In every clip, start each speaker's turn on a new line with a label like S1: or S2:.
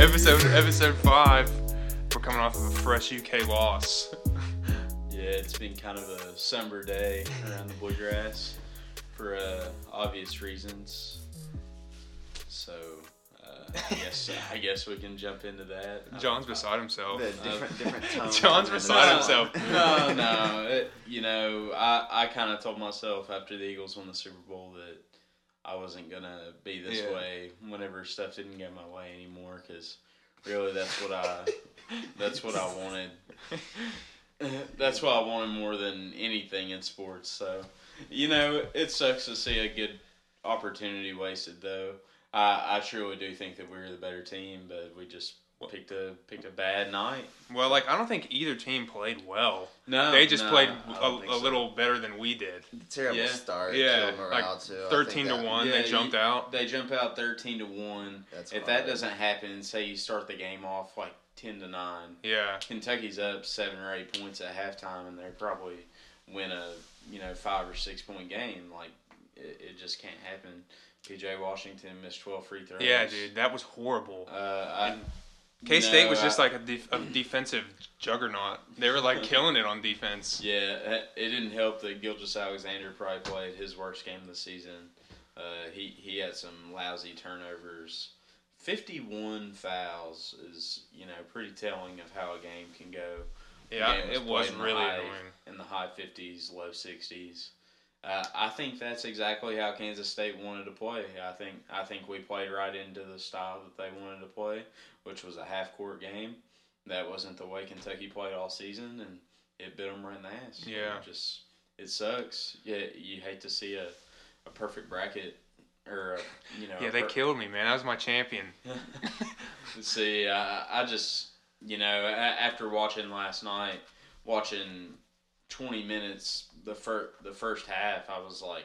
S1: episode episode five. We're coming off of a fresh UK loss.
S2: Yeah, it's been kind of a somber day around the bluegrass for uh, obvious reasons. So uh, I guess I guess we can jump into that. I-
S1: John's
S2: I-
S1: beside himself.
S3: The different, different tone.
S1: John's
S3: and
S1: beside
S3: the-
S1: himself.
S2: No, no. It, you know, I, I kind of told myself after the Eagles won the Super Bowl that I wasn't going to be this
S1: Yeah.
S2: way whenever stuff didn't go my way anymore because really that's what I that's what I wanted. that's what I wanted more than anything in sports. So, you know, it sucks to see a good opportunity wasted though. I, I truly do think that we were the better team, but we just picked a picked a bad night.
S1: Well, like I don't think either team played well.
S2: No,
S1: they just
S2: no,
S1: played
S2: Oh, I don't
S1: a,
S2: think
S1: a
S2: so.
S1: little better than we did.
S3: Terrible
S2: Yeah.
S3: start.
S1: Yeah,
S3: killed morale
S1: like
S3: too. I think
S1: Thirteen to
S3: that-
S1: one,
S2: Yeah,
S1: they jumped
S2: you-
S1: out.
S2: They jump out thirteen to one.
S3: That's
S2: if
S3: probably-
S2: that doesn't happen, say you start the game off like ten to nine,
S1: Yeah,
S2: Kentucky's up seven or eight points at halftime, and they probably win a you know five or six point game. Like it, it just can't happen. PJ Washington missed twelve free throws.
S1: yeah, dude, that was horrible.
S2: Uh, I,
S1: K State was
S2: no,
S1: just
S2: I-
S1: like a, def- a defensive juggernaut. They were like killing it on defense.
S2: Yeah, it- it didn't help that Gilgis Alexander probably played his worst game of the season. Uh, he he had some lousy turnovers. Fifty-one fouls is you know pretty telling of how a game can go. The
S1: Yeah,
S2: game
S1: it was
S2: played in the
S1: really
S2: high-
S1: annoying.
S2: in the high fifties, low sixties. Uh, I think that's exactly how Kansas State wanted to play. I think I think we played right into the style that they wanted to play, which was a half court game. That wasn't the way Kentucky played all season, and it bit them right in the ass.
S1: Yeah.
S2: it just it sucks. Yeah, you hate to see a, a perfect bracket or a, you know.
S1: Yeah,
S2: a
S1: they
S2: per-
S1: killed me, man. That was my champion.
S2: See, uh, I, I just, you know, a- after watching last night, watching 20 minutes, the, fir- the first half, I was like,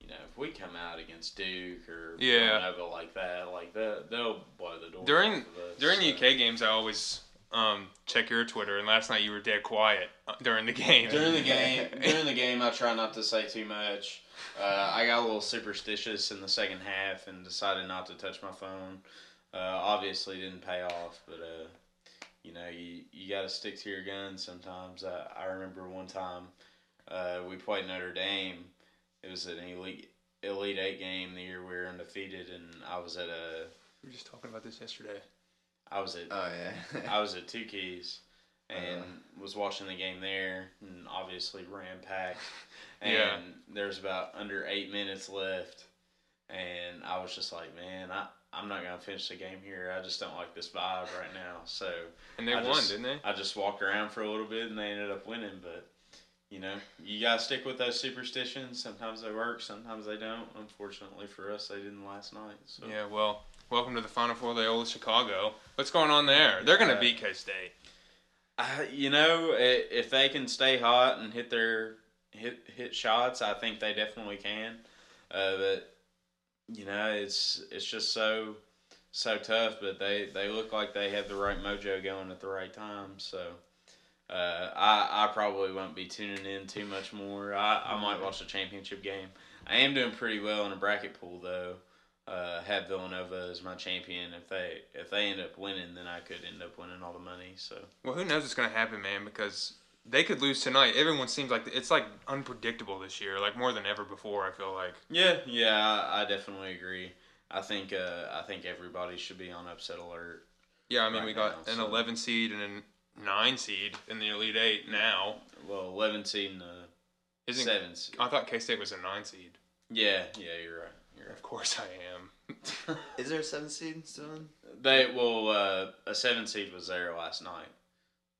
S2: you know, if we come out against Duke or
S1: Yeah.
S2: Villanova like that, like that, they'll blow the door.
S1: During-
S2: off of us,
S1: During
S2: so.
S1: UK games, I always um, check your Twitter, and last night you were dead quiet uh, during the game.
S2: During the game, during the game, I try not to say too much. Uh, I got a little superstitious in the second half and decided not to touch my phone. Uh, obviously, didn't pay off, but uh, you know, you you got to stick to your guns sometimes. I, I remember one time uh, we played Notre Dame. It was an elite elite eight game the year we were undefeated, and I was at a
S1: we were just talking about this yesterday.
S2: I was at
S3: Oh yeah.
S2: I was at Two Keys and was watching the game there, and obviously ran packed. And
S1: Yeah.
S2: there's about under eight minutes left, and I was just like, man, I. I'm not gonna finish the game here. I just don't like this vibe right now. So
S1: And they
S2: I
S1: won,
S2: just-
S1: didn't they?
S2: I just walked around for a little bit, and they ended up winning. But you know, you gotta stick with those superstitions. Sometimes they work, sometimes they don't. Unfortunately for us, they didn't last night. So
S1: Yeah, well, welcome to the Final Four of the old Chicago. What's going on there? They're going to
S2: Uh,
S1: beat K State.
S2: I, you know, i- if they can stay hot and hit their hit hit shots, I think they definitely can. Uh, but you know, it's it's just so so tough. But they they look like they have the right mojo going at the right time. So. Uh, I, I probably won't be tuning in too much more. I, I might watch the championship game. I am doing pretty well in a bracket pool though. Uh, have Villanova as my champion. If they if they end up winning, then I could end up winning all the money. So
S1: Well, who knows what's going to happen, man? Because they could lose tonight. Everyone seems like it's like unpredictable this year, like more than ever before. I feel like.
S2: Yeah, yeah, I, I definitely agree. I think uh, I think everybody should be on upset alert.
S1: Yeah, I mean,
S2: Right
S1: we got
S2: now,
S1: an
S2: so-
S1: 11 seed and a 9 seed in the Elite Eight now.
S2: Well, eleven seed and uh,
S1: Isn't
S2: seven seed.
S1: I thought K State was a 9 seed.
S2: Yeah, yeah, you're right. You're
S1: Of course I
S2: right.
S3: Is there a seven seed still in?
S2: they well, uh, a seven seed was there last night.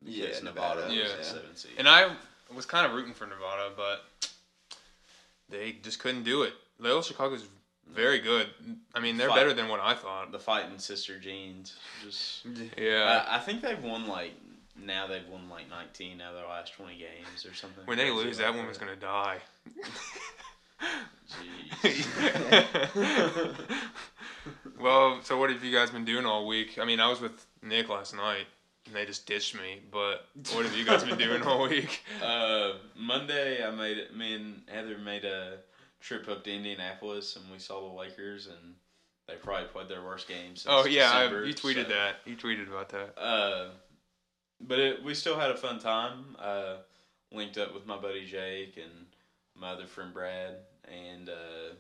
S2: because Nevada.
S1: Nevada,
S2: was
S1: yeah.
S2: a seven seed.
S1: am. And I was kind of rooting for Nevada, but they just couldn't do it. Loyola Chicago's very good. I mean, they're
S2: Fight.
S1: better than what I thought. Uh,
S2: the fighting sister jeans. Just
S1: Yeah.
S2: I, I think they've won like now they've won like nineteen out of their last twenty games or something.
S1: When they
S2: crazy
S1: lose,
S2: like
S1: that woman's going to die.
S2: Jeez.
S1: well, so what have you guys been doing all week? I mean, I was with Nick last night, and they just ditched me. But what have you guys been doing all week?
S2: Uh, Monday, I made it. Me and Heather made a trip up to Indianapolis, and we saw the Lakers, and they probably played their worst game. Since
S1: Oh yeah, I,
S2: December,
S1: you tweeted
S2: so-
S1: that. You tweeted about that.
S2: Uh, but it, we still had a fun time. Uh, linked up with my buddy Jake and my other friend Brad, and uh,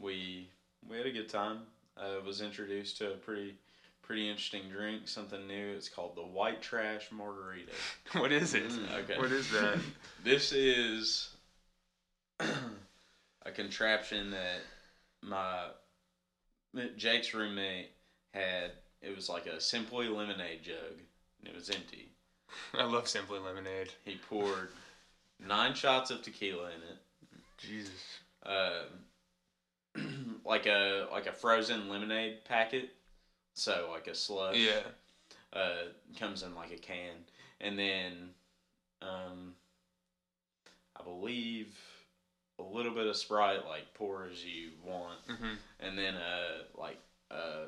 S2: we we had a good time. uh, was introduced to a pretty pretty interesting drink, something new. It's called the White Trash Margarita.
S1: What is it?
S2: Mm, Okay.
S1: Hmm. What is that?
S2: This is a contraption that my Jake's roommate had. It was like a simply lemonade jug, and it was empty.
S1: I love Simply Lemonade.
S2: He poured nine shots of tequila in it,
S1: Jesus.
S2: um, like a like a frozen lemonade packet, so like a slush
S1: Yeah.
S2: uh, comes in like a can, and then um, I believe a little bit of Sprite, like pour as you want,
S1: hmm
S2: and then uh, like uh,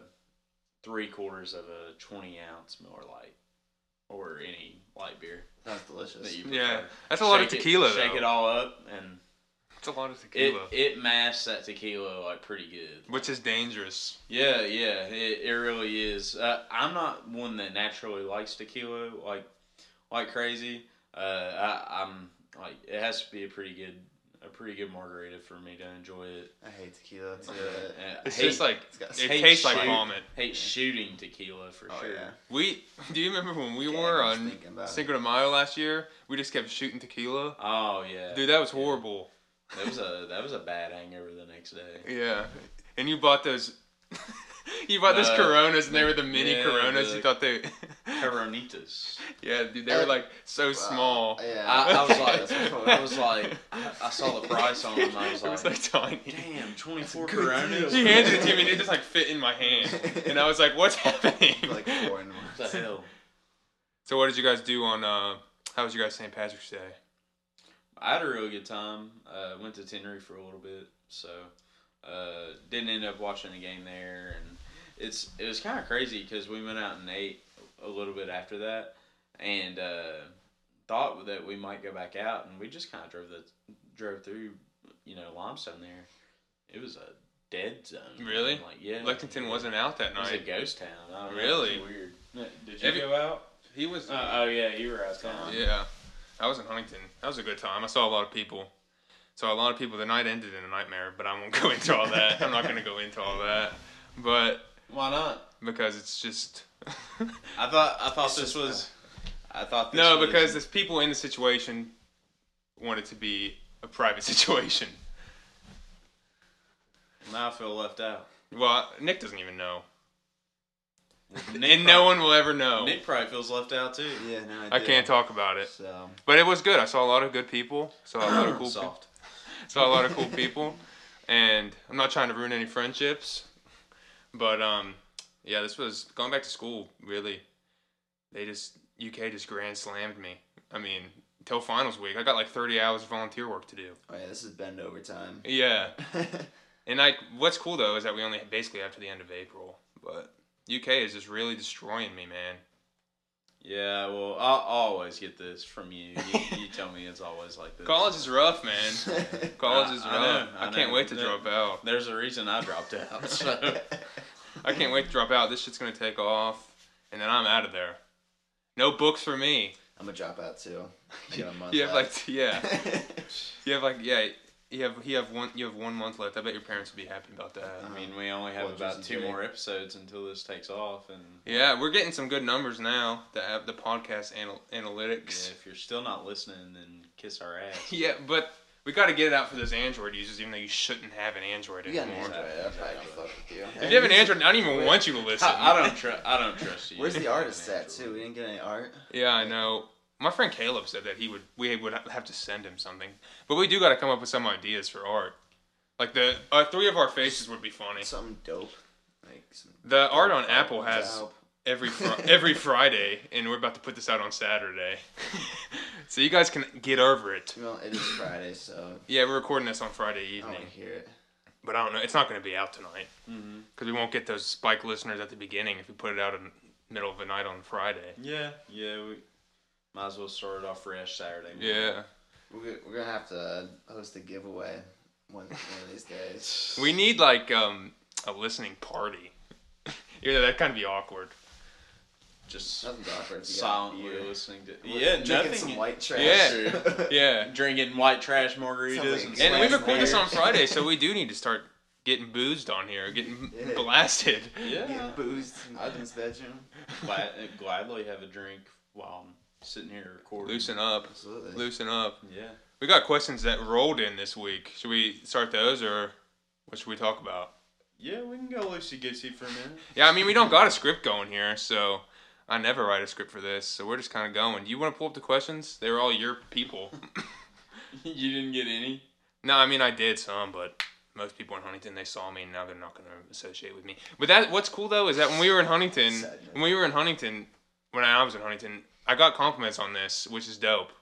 S2: three quarters of a twenty ounce Miller Lite or any light beer
S3: That's
S2: that
S3: delicious.
S2: you
S1: Yeah.
S2: prefer.
S1: That's a lot of
S2: Shake it-
S1: tequila though.
S2: shake it all up, and
S1: It's a lot of
S2: it
S1: tequila,
S2: it masks that tequila like pretty good.
S1: which is dangerous.
S2: Yeah, yeah, it, it really is. Uh, I'm not one that naturally likes tequila like like crazy. Uh, I, I'm like it has to be a pretty good a pretty good margarita for me to enjoy it.
S3: I hate tequila. It's,
S2: Yeah,
S3: good.
S2: and I
S1: It's
S2: hate,
S1: just like
S3: it's got
S1: it
S2: hate
S1: tastes like
S2: shoot.
S1: vomit.
S2: hate shooting tequila for
S3: Oh,
S2: sure.
S3: yeah.
S1: We do you remember when we
S3: Yeah,
S1: were
S3: I was
S1: on
S3: thinking about it.
S1: Cinco de Mayo last year? We just kept shooting tequila.
S2: Oh yeah,
S1: Dude, that was horrible.
S2: that was a that was a bad hangover the next day.
S1: Yeah, and you bought those. you bought those
S2: Uh,
S1: Coronas, and they were the mini
S2: yeah,
S1: Coronas.
S2: the-
S1: You thought they.
S2: Coronitas.
S1: yeah, dude, they were like so small.
S3: Yeah.
S2: I, I was
S3: That's
S2: like,
S3: what
S2: I was like, I, I saw the price on them. I was
S1: it
S2: like,
S1: was like tiny.
S2: damn, twenty four
S3: That's a good deal.
S2: Coronas.
S1: She handed it to me, and it just like fit in my hand, and I was like, "What's happening?"
S3: like four in one.
S2: What the hell?
S1: so, what did you guys do on? uh How was your guys' St. Patrick's Day?
S2: I had a really good time. Uh, went to Tenerife for a little bit, so uh, didn't end up watching the game there. And it's it was kind of crazy because we went out and ate a little bit after that, and uh, thought that we might go back out, and we just kind of drove the drove through, you know, Limestone there. It was a dead zone.
S1: Really?
S2: Like yeah,
S1: Lexington
S2: yeah.
S1: wasn't out that
S2: It was a
S1: night.
S2: ghost town. I don't know,
S1: Really?
S2: It was weird. Did
S1: you Every-
S2: go out?
S1: He was.
S2: oh yeah, you were out of town.
S1: yeah, I was in Huntington. That was a good time. I saw a lot of people. So a lot of people. The night ended in a nightmare, but I won't go into all that. I'm not going to go into all that, but
S2: Why not?
S1: because it's just.
S2: I thought I thought this was. I thought this
S1: no,
S2: was,
S1: because there's people in the situation want it to be a private situation.
S2: now I feel left out.
S1: Well, Nick doesn't even know, and no one will ever know.
S2: Nick probably feels left out too. um,
S3: Yeah, no, I,
S1: I
S3: did.
S1: can't talk about it.
S3: So
S1: But it was good. I saw a lot of good people. Saw a lot of cool. People.
S2: Soft.
S1: Saw a lot of cool people, and I'm not trying to ruin any friendships, but um, yeah, this was going back to school. Really, they just UK just grand slammed me. I mean, till finals week, I got like 30 hours of volunteer work to do.
S3: oh yeah, this is bend over time.
S1: Yeah, and like, what's cool though is that we only basically have to the end of April, but UK is just really destroying me, man.
S2: Yeah, well, I I always get this from you. You, you tell me it's always like this.
S1: College is rough, man. College is rough.
S2: I- I know,
S1: I,
S2: I
S1: can't
S2: know.
S1: wait to
S2: The-
S1: drop out.
S2: There's a reason I dropped out. So.
S1: I can't wait to drop out. This shit's gonna take off, and then I'm out of there. No books for me.
S3: I'm a dropout too. I got a month
S1: You have like
S3: left.
S1: t- yeah, you have like yeah, you have you have one you have one month left. I bet your parents would be happy about that.
S2: I mean, we only have
S3: Well,
S2: about
S3: just
S2: two
S3: enjoy.
S2: more episodes until this takes off, and
S1: Yeah, we're getting some good numbers now. The app, the podcast anal-
S2: yeah,
S1: analytics.
S2: if you're still not listening, then kiss our ass.
S1: Yeah. but we got to get it out for those Android users, even though you shouldn't have an Android
S3: you
S1: anymore.
S3: got an Android. I'll probably just fuck with you.
S1: If you have an Android, I don't even want you to listen.
S2: I, I don't trust. I don't trust you.
S3: Where's the artist at
S2: Andrew.
S3: too? We didn't get any art.
S1: Yeah, I know. My friend Caleb said that he would we would have to send him something, but we do got to come up with some ideas for art. Like the uh, three of our faces would be funny.
S3: Something dope. Like some
S1: The art on
S3: dope
S1: Apple
S3: photos
S1: has
S3: out.
S1: every fr- every Friday, and we're about to put this out on Saturday, so you guys can get over it.
S3: Well, it is Friday, so
S1: Yeah, we're recording this on Friday
S3: I
S1: evening,
S3: want to hear it.
S1: but I don't know. It's not going to be out tonight
S2: Mhm.
S1: because we won't get those spike listeners at the beginning if we put it out in middle of the night on Friday.
S2: Yeah, yeah. We might as well start it off fresh Saturday. morning.
S1: Yeah,
S3: We're, go- we're gonna have to host a giveaway one, one of these days.
S1: we need like um a listening party. you know that'd kind of be awkward.
S2: Just
S3: Nothing's awkward. if you got
S2: silently
S3: beer.
S2: listening to
S3: We're
S2: yeah,
S3: drinking
S2: nothing.
S3: some white trash.
S1: Yeah. Yeah.
S2: drinking white trash margaritas
S3: Sounds like
S2: and,
S1: And we
S2: slamming
S1: record this
S2: beer.
S1: on Friday, so we do need to start getting boozed on here, getting
S3: Yeah.
S1: blasted.
S2: Yeah,
S3: Getting boozed in Ivan's bedroom.
S2: Glad, uh, gladly have a drink while I'm sitting here recording.
S1: Loosen up.
S3: Absolutely.
S1: Loosen up.
S2: Yeah.
S1: We got questions that rolled in this week. Should we start those or what should we talk about?
S2: Yeah, we can go loosey goosey for a minute.
S1: Yeah, I mean, we don't got a script going here, so I never write a script for this, so we're just kind of going. Do you want to pull up the questions? They were all your people.
S2: you didn't get any.
S1: no, I mean, I did some, but most people in Huntington, they saw me, and now they're not going to associate with me. But that, what's cool, though, is that when we were in Huntington,
S3: Sadness.
S1: when we were in Huntington, when I was in Huntington, I got compliments on this, which is dope.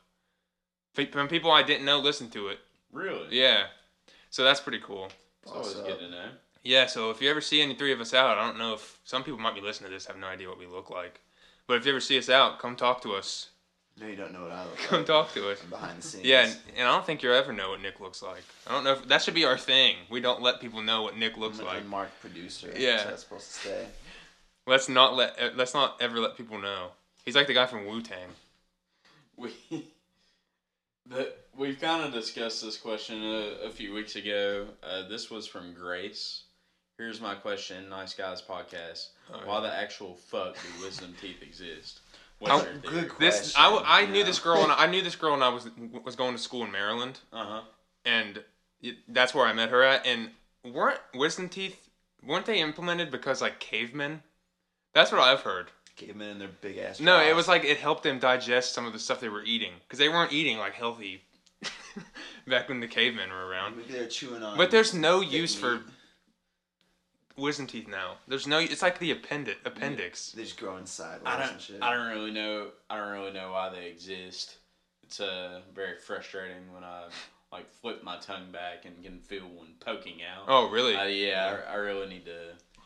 S1: Fe- From people I didn't know listened to it.
S2: Really?
S1: Yeah. So that's pretty cool.
S2: It's always
S3: What's
S2: good
S3: up?
S2: to know.
S1: Yeah, so if you ever see any three of us out, I don't know if some people might be listening to this have no idea what we look like. But if you ever see us out, come talk to us.
S3: No, you don't know what I look
S1: Come
S3: like.
S1: talk to us.
S3: I'm behind the scenes.
S1: Yeah, and, and I don't think you'll ever know what Nick looks like. I don't know if that should be our thing. We don't let people know what Nick looks
S3: I'm
S1: like.
S3: an unmarked producer.
S1: Yeah.
S3: So that's supposed to stay.
S1: Let's not let eh, let's not ever let people know. He's like the guy from Wu Tang.
S2: We the, we've kind of discussed this question a, a few weeks ago. Uh, this was from Grace. Here's my question, Nice Guys Podcast. Why the actual fuck do wisdom teeth exist? What's
S1: Oh,
S2: your theory?
S3: good
S1: This I, w- I
S3: Question,
S1: knew
S3: yeah.
S1: this girl and I knew this girl and I was was going to school in Maryland.
S2: Uh huh.
S1: and it, that's where I met her at. And weren't wisdom teeth weren't they implemented because like cavemen? That's what I've heard.
S3: Cavemen in their big ass.
S1: No, it
S3: jaws.
S1: was like it helped them digest some of the stuff they were eating because they weren't eating like healthy back when the cavemen were around.
S3: Maybe they're chewing on.
S1: But there's no
S3: thick
S1: use for
S3: meat.
S1: wisdom teeth now. There's no. It's like the appendix. Appendix.
S3: They just growing sideways
S2: I
S3: and
S2: don't.
S3: shit.
S2: I don't really know. I don't really know why they exist. It's uh very frustrating when I like flip my tongue back and can feel one poking out.
S1: Oh really?
S2: Uh, yeah, I, I really need to.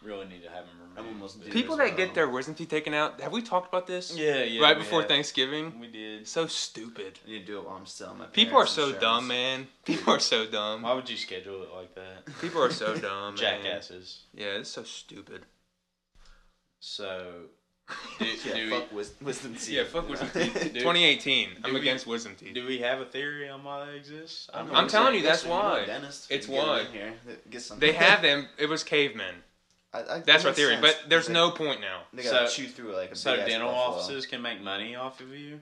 S2: Really need to have them removed.
S3: I'm almost
S2: but-
S3: due.
S1: People
S3: as
S1: that get
S3: well.
S1: their wisdom teeth taken out. Have we talked about this?
S2: Yeah, yeah.
S1: right
S2: we
S1: before
S2: had-
S1: Thanksgiving.
S2: We did.
S1: So stupid.
S3: I need to do it while I'm still on my.
S1: People are
S3: parents'
S1: so
S3: insurance.
S1: dumb, man. People are so dumb.
S2: Why would you schedule it like that?
S1: People are so dumb. man.
S2: Jackasses.
S1: Yeah, it's so stupid.
S2: So, do,
S3: Yeah,
S2: do,
S3: fuck wis- wisdom teeth.
S2: teeth. Dude.
S1: 2018. I'm
S2: Dude.
S1: against wisdom
S2: we,
S1: teeth.
S2: do we have a theory on why they exist? I
S3: I
S2: don't
S3: don't
S2: know.
S3: know,
S1: I'm
S3: is
S1: telling
S3: there-
S1: you, that's
S3: listen, know a
S1: why.
S3: dentist,
S1: It's
S3: get him in
S1: why.
S3: here, that- Get some.
S1: They have them. It was cavemen.
S3: I, I,
S1: That's
S3: that
S1: our
S3: makes
S1: theory.
S3: sense,
S1: But there's
S3: they-
S1: no point now.
S3: They gotta
S2: So-
S3: chew through like a
S2: So
S3: big-ass
S2: dental
S3: buffalo.
S2: offices can make money off of you.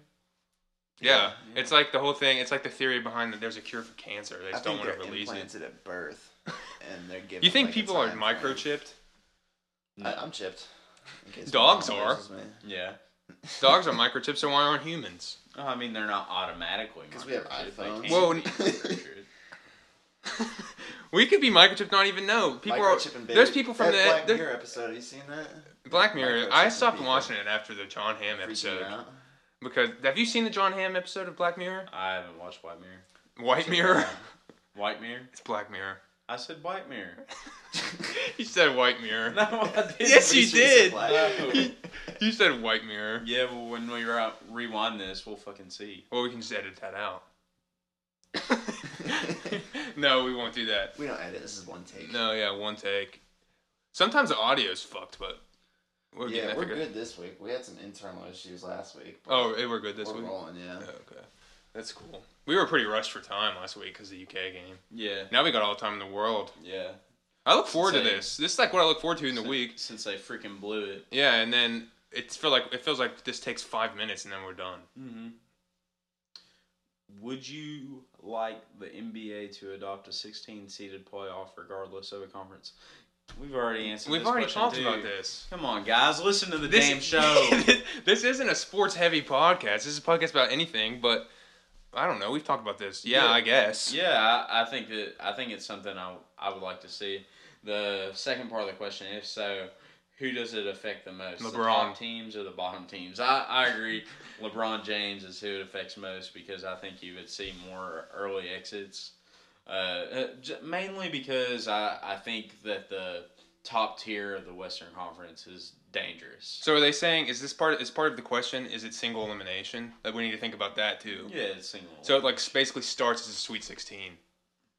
S1: Yeah.
S2: Yeah.
S1: It's like the whole thing. It's like the theory behind that there's a cure for cancer. They
S3: I
S1: just don't
S3: think
S1: want
S3: they're
S1: to release it.
S3: implanted at birth, and they're given.
S1: You think
S3: like, a
S1: people are
S3: time frame.
S1: microchipped?
S3: I, I'm chipped. in case my
S1: Dogs
S3: mom
S1: are.
S3: loses me.
S2: Yeah.
S1: Dogs are microchipped, so why aren't humans?
S2: Oh, I mean, they're not automatically
S3: 'Cause we have
S2: microchipped. They
S3: iPhones.
S2: can't
S1: Well,
S2: be
S1: n-
S2: microchipped.
S1: We could be microchipped, not even know. People are.
S3: Microchipping
S1: There's
S3: baby-
S1: people from
S3: that
S1: the
S3: Black
S1: there-
S3: Mirror episode. Have you seen that?
S1: Black Mirror. I
S3: Microchipping
S1: stopped
S3: people.
S1: watching it after the John Hamm
S3: Freaking
S1: episode
S3: out.
S1: because have you seen the John Hamm episode of Black Mirror?
S2: I haven't watched White Mirror.
S1: White Mirror.
S2: White Mirror.
S1: It's Black Mirror.
S2: I said White Mirror.
S1: You said White Mirror.
S2: No, I didn't.
S1: Yes, you
S3: Pretty sure it's
S1: did.
S3: a Black Mirror.
S2: No.
S1: You said White Mirror.
S2: Yeah, well, when we re- rewind this, we'll fucking see.
S1: Well, we can just edit that out. no, we won't do that.
S3: We don't edit. This is one take.
S1: No, yeah, one take. Sometimes the audio's fucked, but we're getting
S3: Yeah,
S1: that
S3: we're
S1: figured-
S3: good this week. We had some internal issues last week. but
S1: Oh, eh, we're good this
S3: we're
S1: week.
S3: rolling. Yeah.
S1: Oh, okay, that's cool. We were pretty rushed for time last week because the UK game.
S2: Yeah.
S1: Now we got all the time in the world.
S2: Yeah.
S1: I look forward to
S2: Same.
S1: this. This is like what I look forward to in the
S2: Sin-
S1: week.
S2: Since they freaking blew it.
S1: Yeah, and then it's feel like it feels like this takes five minutes and then we're done.
S2: Mm-hmm. Would you like the NBA to adopt a 16 seeded playoff regardless of a conference? We've already answered
S1: We've
S2: this
S1: already
S2: question,
S1: talked
S2: too.
S1: about this.
S2: Come on, guys. Listen to the
S1: This-
S2: damn show.
S1: this isn't a sports heavy podcast. This is a podcast about anything, but I don't know. We've talked about this. Yeah,
S2: Yeah.
S1: I guess.
S2: yeah, I, I think that I think it's something I, I would like to see. The second part of the question, if so, who does it affect the most? The
S1: LeBron.
S2: top teams or the bottom teams? I, I agree. LeBron James is who it affects most because I think you would see more early exits. Uh, uh, j- mainly because I, I think that the top tier of the Western Conference is dangerous.
S1: So are they saying is this part is part of the question? Is it single elimination? That we need to think about that too.
S2: Yeah, it's single.
S1: So it like basically starts as a Sweet Sixteen.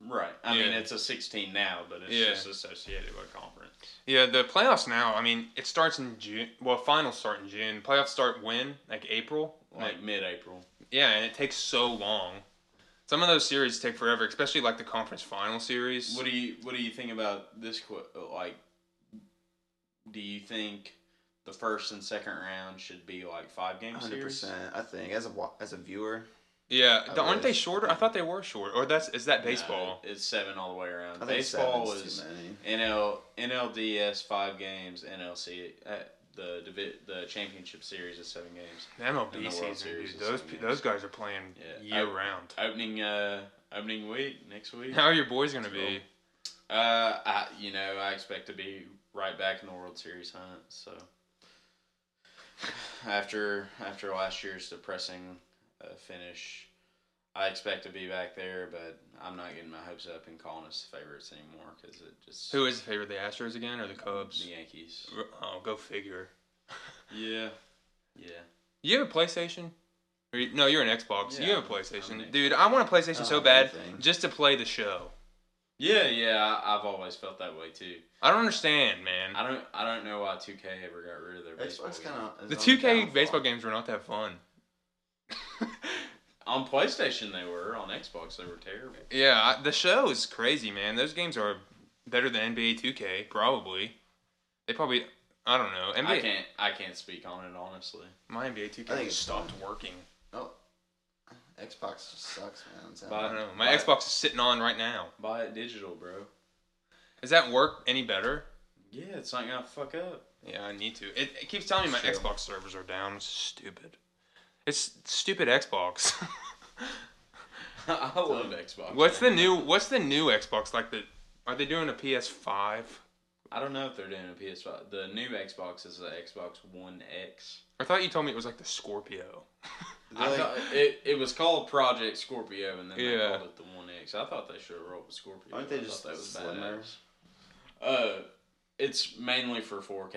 S2: Right. I mean,
S1: Yeah.
S2: it's a 16 now, but it's
S1: Yeah.
S2: just associated with conference.
S1: Yeah, the playoffs now. I mean, it starts in June. Well, finals start in June. Playoffs start when, like April. Like,
S2: Like mid April.
S1: yeah, and it takes so long. Some of those series take forever, especially like the conference final series.
S2: What do you What do you think about this? qu- Like, do you think the first and second round should be like five game
S3: Hundred
S2: series?
S3: percent. I think as a wa- as a viewer,
S1: yeah,
S3: I
S1: the, aren't they
S3: wish.
S1: shorter? I thought they were short. Or that's is that
S2: No,
S1: baseball?
S2: it's seven all the way around.
S3: I think
S2: Baseball
S3: seven's
S2: is
S3: too many.
S2: NL NLDS five games. NLC uh, the divi- the championship series is seven games.
S1: The MLB
S2: And the World
S1: season,
S2: Series
S1: dude.
S2: is
S1: Those
S2: seven
S1: pe-
S2: games.
S1: those guys are playing
S2: Yeah,
S1: year
S2: I-
S1: round.
S2: Opening uh opening week next week.
S1: How are your boys gonna be?
S2: Uh, I, you know, I expect to be right back in the World Series hunt. So after after last year's depressing uh, finish, I expect to be back there, but I'm not getting my hopes up and calling us the favorites anymore because it just
S1: Who is the favorite? The Astros again or the Cubs?
S2: the Yankees.
S1: Oh, go figure.
S2: Yeah, yeah.
S1: You have a PlayStation? Or you- no, you're an Xbox.
S2: Yeah,
S1: you have a
S2: I'm- I'm
S1: PlayStation,
S2: an
S1: dude. I want a PlayStation
S3: I
S1: so
S3: don't
S1: bad
S3: have anything.
S1: just to play the show.
S2: Yeah, yeah, I, I've always felt that way too.
S1: I don't understand, man.
S2: I don't, I don't know why 2K ever got rid of their baseball.
S3: Xbox
S2: game.
S3: kind of
S1: The 2K baseball games were not that fun.
S2: on PlayStation they were, on Xbox they were terrible.
S1: yeah, I, the show is crazy, man. Those games are better than NBA 2K, probably. They probably, I don't know.
S2: I
S1: NBA,
S2: can't, I can't speak on it honestly.
S1: my NBA 2K
S3: I think
S1: just
S3: it's
S1: stopped working.
S3: Oh, Xbox just sucks, man. I'm telling
S1: I
S2: But-
S1: don't know. My
S2: Why?
S1: Xbox is sitting on right now.
S2: Buy it digital, bro.
S1: Does that work any better?
S2: Yeah, it's not gonna fuck up.
S1: Yeah, I need to. It, it keeps telling me my
S3: Sure.
S1: Xbox servers are down. It's stupid. It's stupid Xbox.
S2: I love Xbox.
S1: what's the
S2: man.
S1: new What's the new Xbox like? The are they doing a PS5?
S2: I don't know if they're doing a PS5. The new Xbox is the Xbox One X.
S1: I thought you told me it was like the Scorpio.
S3: you.
S2: I
S3: They're
S2: thought
S3: like-
S2: it, it was called Project Scorpio, and then they
S1: Yeah.
S2: called it the One X. I thought they should have rolled with Scorpio.
S3: Aren't they
S2: I thought
S3: just
S2: that was
S3: slimmer?
S2: badass. Uh, it's mainly for 4K.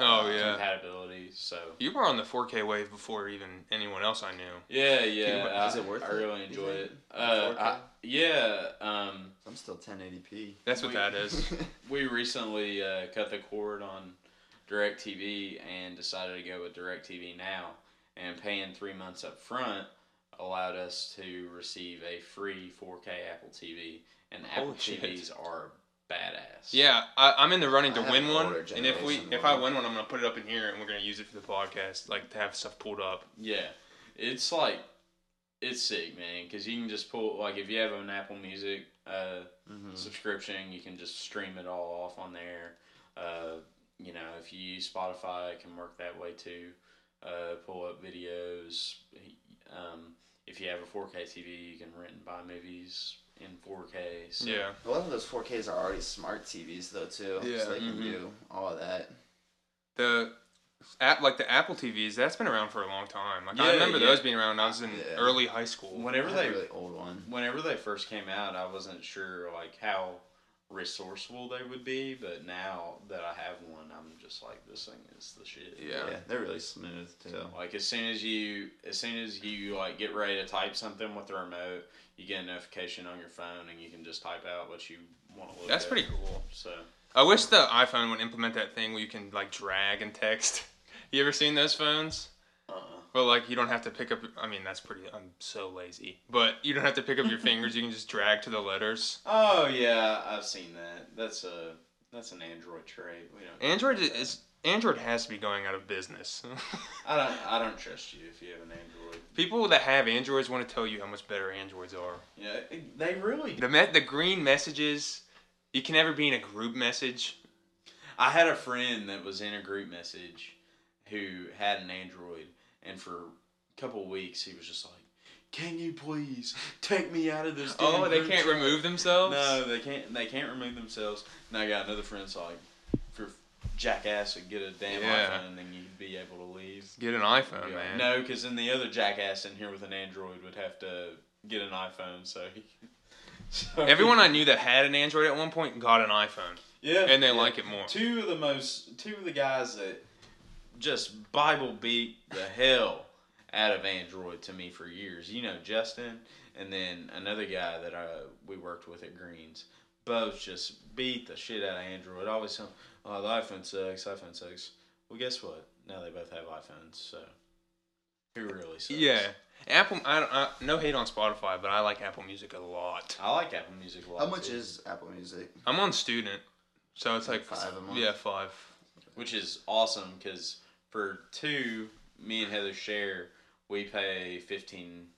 S1: Oh, yeah.
S2: compatibility. So
S1: You were on the 4K wave before even anyone else I knew.
S2: yeah, yeah.
S3: Is
S2: I-
S3: it worth
S2: I
S3: it,
S2: really
S3: you
S2: enjoy it.
S3: think?
S2: Uh,
S3: 4K?
S2: I, yeah. Um.
S3: I'm still 1080p.
S1: That's what
S2: Wait.
S1: that is.
S2: we recently uh, cut the cord on DirecTV and decided to go with DirecTV Now. And paying three months up front allowed us to receive a free 4K Apple TV. And Apple
S1: Holy shit.
S2: TVs are badass.
S1: Yeah, I, I'm in the running to
S3: I have
S1: win
S3: an
S1: one,
S3: older
S1: and if we
S3: generation
S1: if I
S3: one.
S1: win one, I'm gonna put it up in here, and we're gonna use it for the podcast, like to have stuff pulled up.
S2: Yeah. It's like, it's sick, man. Because you can just pull, like, if you have an Apple Music uh,
S3: hmm
S1: Mm.
S2: subscription, you can just stream it all off on there. Uh, you know, if you use Spotify, it can work that way too. Uh, pull up videos. Um, if you have a 4K TV, you can rent and buy movies in 4K. So
S1: Yeah,
S3: A lot of those 4Ks are already smart TVs though too.
S1: Yeah.
S3: So they can
S2: Mhm.
S3: do all of that.
S1: the app like the Apple TVs that's been around for a long time. Like I
S2: Yeah,
S1: remember
S2: yeah.
S1: those being around. When I was in
S3: Yeah.
S1: early high school.
S2: Whenever
S3: I
S2: they
S3: have a really old one.
S2: whenever they first came out, I wasn't sure like how resourceful they would be, but now that I have one, I'm just like this thing is the shit.
S1: Yeah.
S3: Yeah. they're really smooth too.
S2: Like as soon as you as soon as you like get ready to type something with the remote, you get a notification on your phone and you can just type out what you want to look
S1: That's
S2: at.
S1: pretty cool.
S2: So
S1: I wish the iPhone would implement that thing where you can like drag and text. You ever seen those phones?
S2: uh
S1: Where like you don't have to pick up. I mean, that's pretty. I'm so lazy, but you don't have to pick up your fingers. You can just drag to the letters.
S2: Oh yeah, I've seen that. That's a that's an Android trait. We don't
S1: Android is Android has to be going out of business.
S2: I don't I don't trust you if you have an Android.
S1: People that have Androids want to tell you how much better Androids are.
S2: Yeah, it- they really
S1: The me- the green messages. You can never be in a group message.
S2: I had a friend that was in a group message who had an Android, and for a couple of weeks he was just like, "Can you please take me out of this?" damn
S1: Oh, they
S2: group
S1: can't
S2: chat?"
S1: remove themselves.
S2: No, they can't. They can't remove themselves. And I got another friend that's like, for jackass, would get a damn
S1: Yeah.
S2: iPhone, and then you'd be able to leave.
S1: Get an iPhone,
S2: Yeah.
S1: man.
S2: No, because then the other jackass in here with an Android would have to get an iPhone. So, he, so
S1: Everyone I knew that had an Android at one point got an iPhone,
S2: yeah,
S1: and they
S2: yeah.
S1: like it more.
S2: Two of the most, two of the guys that just Bible beat the hell out of Android to me for years. You know, Justin and then another guy that I, we worked with at Greens both just beat the shit out of Android. Always some, oh, the iPhone sucks, iPhone sucks. Well, guess what? Now they both have iPhones, so who really sucks?
S1: Yeah. Apple, I, don't- I, no hate on Spotify, but I like Apple Music a lot.
S2: I like Apple Music a lot.
S3: How much
S2: too,
S3: is Apple Music?
S1: I'm on student, so it's like
S3: Five a month?
S1: Yeah, five.
S2: which is awesome because for two, me and Heather share, we pay 15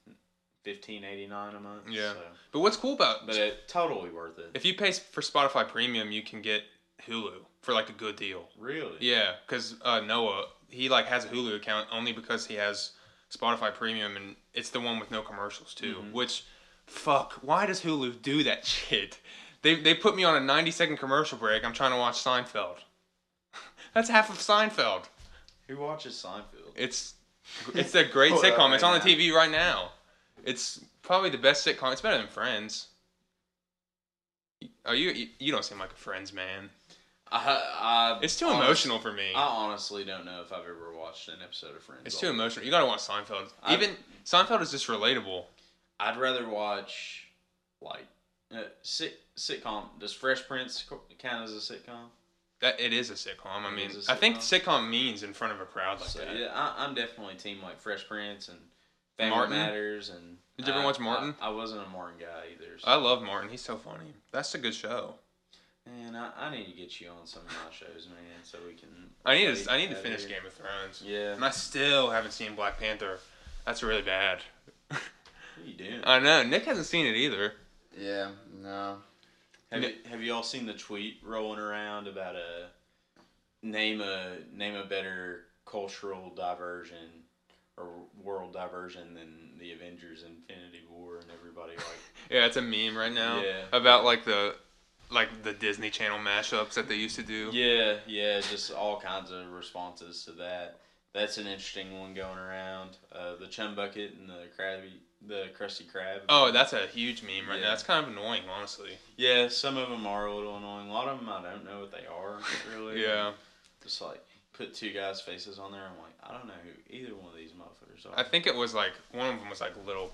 S2: 1589 a month.
S1: Yeah.
S2: so-
S1: But what's cool about
S3: uh,
S2: but it totally worth it.
S1: if you pay for Spotify Premium, you can get Hulu for like a good deal.
S2: Really?
S1: Yeah, because uh, Noah, he like has a Hulu account only because he has Spotify Premium, and it's the one with no commercials too.
S3: Mm-hmm.
S1: Which, fuck, why does Hulu do that shit? They they put me on a ninety second commercial break. I'm trying to watch Seinfeld. That's half of Seinfeld.
S2: Who watches Seinfeld?
S1: It's it's a great
S3: Hold up
S1: sitcom. It's
S3: right
S1: on the
S3: now.
S1: TV right now. It's probably the best sitcom. It's better than Friends. Oh, you you- you don't seem like a Friends man.
S2: I, I,
S1: It's too
S2: honest-
S1: emotional for me.
S2: I honestly don't know if I've ever watched an episode of Friends.
S1: It's too emotional. You gotta watch Seinfeld.
S2: I-
S1: Even Seinfeld is just relatable.
S2: I'd rather watch like uh, sit, sitcom. Does Fresh Prince co- count as a sitcom?
S1: That it is a sitcom. I
S2: It
S1: mean,
S2: is a
S1: I think
S2: sitcom.
S1: sitcom means in front of a crowd like
S2: so
S1: that.
S2: yeah, I, I'm definitely team like Fresh Prince and Family
S1: Martin?
S2: Matters and.
S1: Did you ever
S2: I-
S1: watch Martin? Uh,
S2: I, I wasn't a Martin guy either. So.
S1: I love Martin. He's so funny. That's a good show.
S2: man, I, I need to get you on some of my shows, man, so we can.
S1: I need to.
S2: play
S1: I need to
S2: that
S1: finish
S2: here.
S1: Game of Thrones.
S2: Yeah.
S1: And I still haven't seen Black Panther. That's really bad.
S2: What are you doing?
S1: I know. Nick hasn't seen it either.
S3: Yeah, no.
S2: Have,
S1: No.
S2: you, have you all seen the tweet rolling around about a name a name a better cultural diversion or world diversion than the Avengers Infinity War and everybody like
S1: Yeah, it's a meme right now
S2: Yeah.
S1: about like the like the Disney Channel mashups that they used to do.
S2: yeah yeah just all kinds of responses to that. That's an interesting one going around. Uh, the chum bucket and the crabby the crusty crab.
S1: Oh, that's a huge meme right now.
S2: Yeah.
S1: It's kind of annoying, honestly.
S2: yeah. Some of them are a little annoying. A lot of them I don't know what they are really.
S1: Yeah.
S2: just like put two guys' faces on there. I'm like, I don't know who either one of these motherfuckers are.
S1: I think it was like one of them was like Little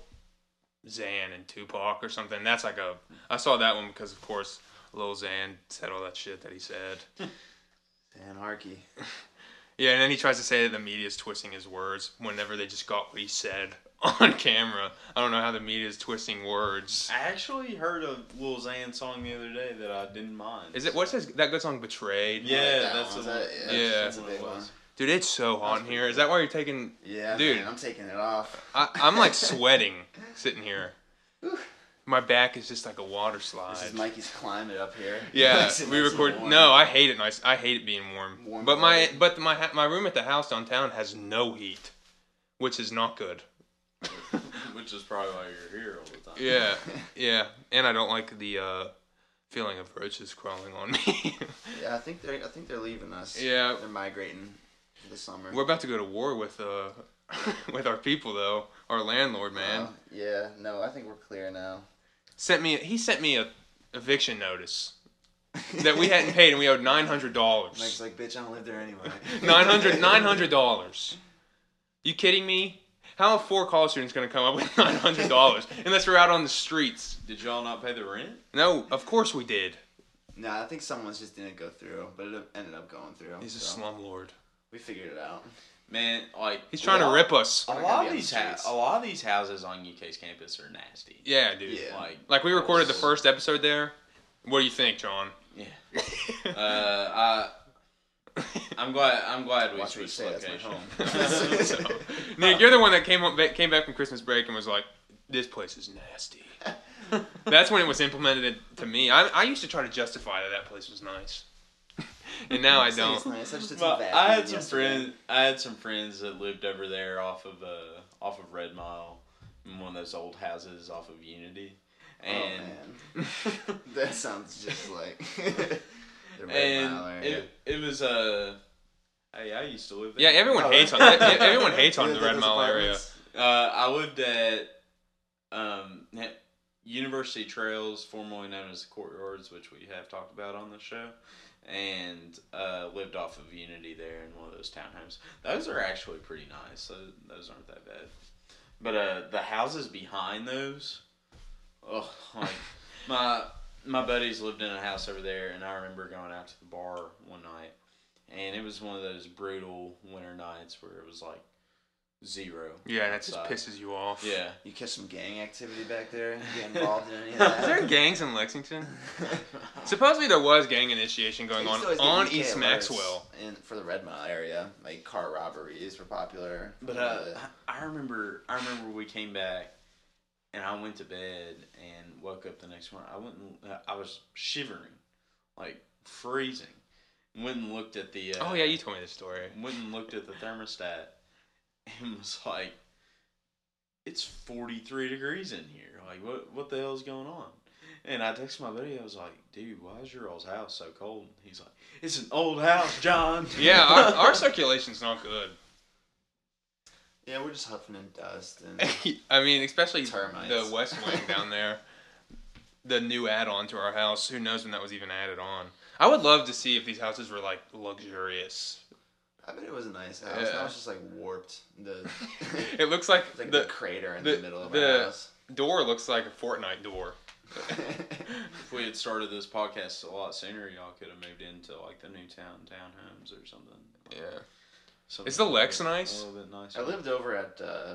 S1: Xan and Tupac or something. That's like a I saw that one because of course Lil Xan said all that shit that he said.
S3: Anarchy.
S1: Yeah, and then he tries to say that the media's twisting his words whenever they just got what he said on camera. I don't know how the media is twisting words.
S2: I actually heard a Lil Xan song the other day that I didn't mind.
S1: Is it what's his, that good song Betrayed?
S2: Yeah,
S3: I like that
S2: that's the
S3: one.
S2: one.
S3: Is that-
S2: that's
S3: yeah,
S2: the
S1: that's
S3: a
S2: one
S3: big
S2: it was.
S3: one.
S1: Dude, it's so hot in here. Is that why you're taking
S3: Yeah,
S1: Dude.
S3: man, I'm taking it off.
S1: I, I'm like sweating sitting here. My back is just like a water slide.
S3: This is Mikey's climate up here.
S1: Yeah,
S3: Nice and
S1: we
S3: nice and
S1: record.
S3: warm.
S1: No, I hate it. Nice. I hate it being warm.
S3: Warm
S1: but my
S3: climate.
S1: but my ha- my room at the house downtown has no heat, which is not good.
S2: Which is probably why you're here all the time.
S1: Yeah, yeah. And I don't like the uh, feeling of roaches crawling on me.
S3: Yeah, I think they're I think they're leaving us.
S1: Yeah.
S3: They're migrating for the summer.
S1: We're about to go to war with uh with our people though. Our landlord man
S3: Uh, yeah, no, I think we're clear now.
S1: sent me. He sent me a eviction notice that we hadn't paid and we owed nine hundred
S3: Mike's
S1: dollars.
S3: like, bitch, I don't live there anyway.
S1: Nine hundred. Nine hundred dollars. You kidding me? How are four college students gonna come up with nine hundred dollars unless we're out on the streets?
S2: Did y'all not pay the rent?
S1: No, of course we did.
S3: Nah, I think someone's just didn't go through, but it ended up going through.
S1: He's a
S3: so
S1: slumlord.
S3: We figured it out.
S2: Man, like
S1: He's trying to
S2: a lot-
S1: rip us.
S2: A
S3: We're not
S2: lot
S3: gonna
S2: of
S3: be
S2: these
S3: on the
S2: ha-
S3: streets.
S2: a lot of these houses on UK's campus are nasty.
S1: Yeah, dude.
S3: Yeah.
S2: Like
S1: Like we recorded the first episode there. What do you think, John?
S2: yeah. uh, I, I'm glad I'm glad we
S3: Watch what you
S2: switched
S3: say, that's my
S2: location.
S3: home.
S1: So, Nick, you're the one that came up, came back from Christmas break and was like, "This place is nasty." That's when it was implemented to me. I, I used to try to justify that that place was nice, and now I
S3: It's nice,
S1: don't.
S3: nice. I just did some
S2: Well, I
S3: vacuuming
S2: had some
S3: yesterday.
S2: friends. I had some friends that lived over there off of uh, off of Red Mile, in one of those old houses off of Unity,
S3: Oh
S2: and
S3: man, that sounds just like. the Red Mile
S2: and
S3: area.
S2: it, it was uh, hey, I used to live there.
S1: Yeah, everyone
S3: Oh,
S1: hates on
S2: that-
S1: everyone hates
S3: You
S1: on
S3: lived
S1: the
S3: at
S1: Red
S3: those
S1: Mile area.
S3: apartments?
S2: Uh, I lived at um, na- University Trails, formerly known as the Courtyards, which we have talked about on the show, and uh, lived off of Unity there in one of those townhomes. Those are actually pretty nice. Those, those aren't that bad. But uh, the houses behind those, oh, like my my buddies lived in a house over there, and I remember going out to the bar one night, and it was one of those brutal winter nights where it was like zero.
S1: Yeah, that just
S2: outside.
S1: pisses you off.
S2: Yeah.
S3: You catch some gang activity back there? You get involved in any of that?
S1: Is there gangs in Lexington? Supposedly there was gang initiation going
S3: We used to always
S1: on on
S3: get UK
S1: East
S3: alerts
S1: Maxwell.
S3: in, for the Red Mile area. Like car robberies were popular.
S2: But uh, I I remember, I remember we came back, and I went to bed and woke up the next morning. I went, and, uh, I was shivering, like freezing. Went and looked at the. Uh,
S1: Oh yeah, you told me this story.
S2: went and looked at the thermostat, and was like, "It's forty three degrees in here. Like, what what the hell is going on?" And I texted my buddy. I was like, "Dude, why is your old house so cold?" He's like, "It's an old house, John."
S1: Yeah, our, our circulation's not good.
S3: yeah, we're just huffing and dust and
S1: I mean, especially
S3: Termites.
S1: the West Wing down there, the new add-on to our house. Who knows when that was even added on? I would love to see if these houses were like luxurious.
S3: I bet it was a nice house.
S1: Yeah.
S3: That was just like warped. The it's
S1: It looks like,
S3: like the,
S1: the
S3: crater in
S1: the-
S3: the, middle of
S1: the-
S3: our house.
S1: door looks like a Fortnite door.
S2: If we had started this podcast a lot sooner, y'all could have moved into like the new town townhomes or something.
S1: Yeah.
S2: something
S1: Is the
S2: a
S1: Lex
S2: little-
S1: nice?
S2: A little bit nicer.
S3: I lived over at. Uh,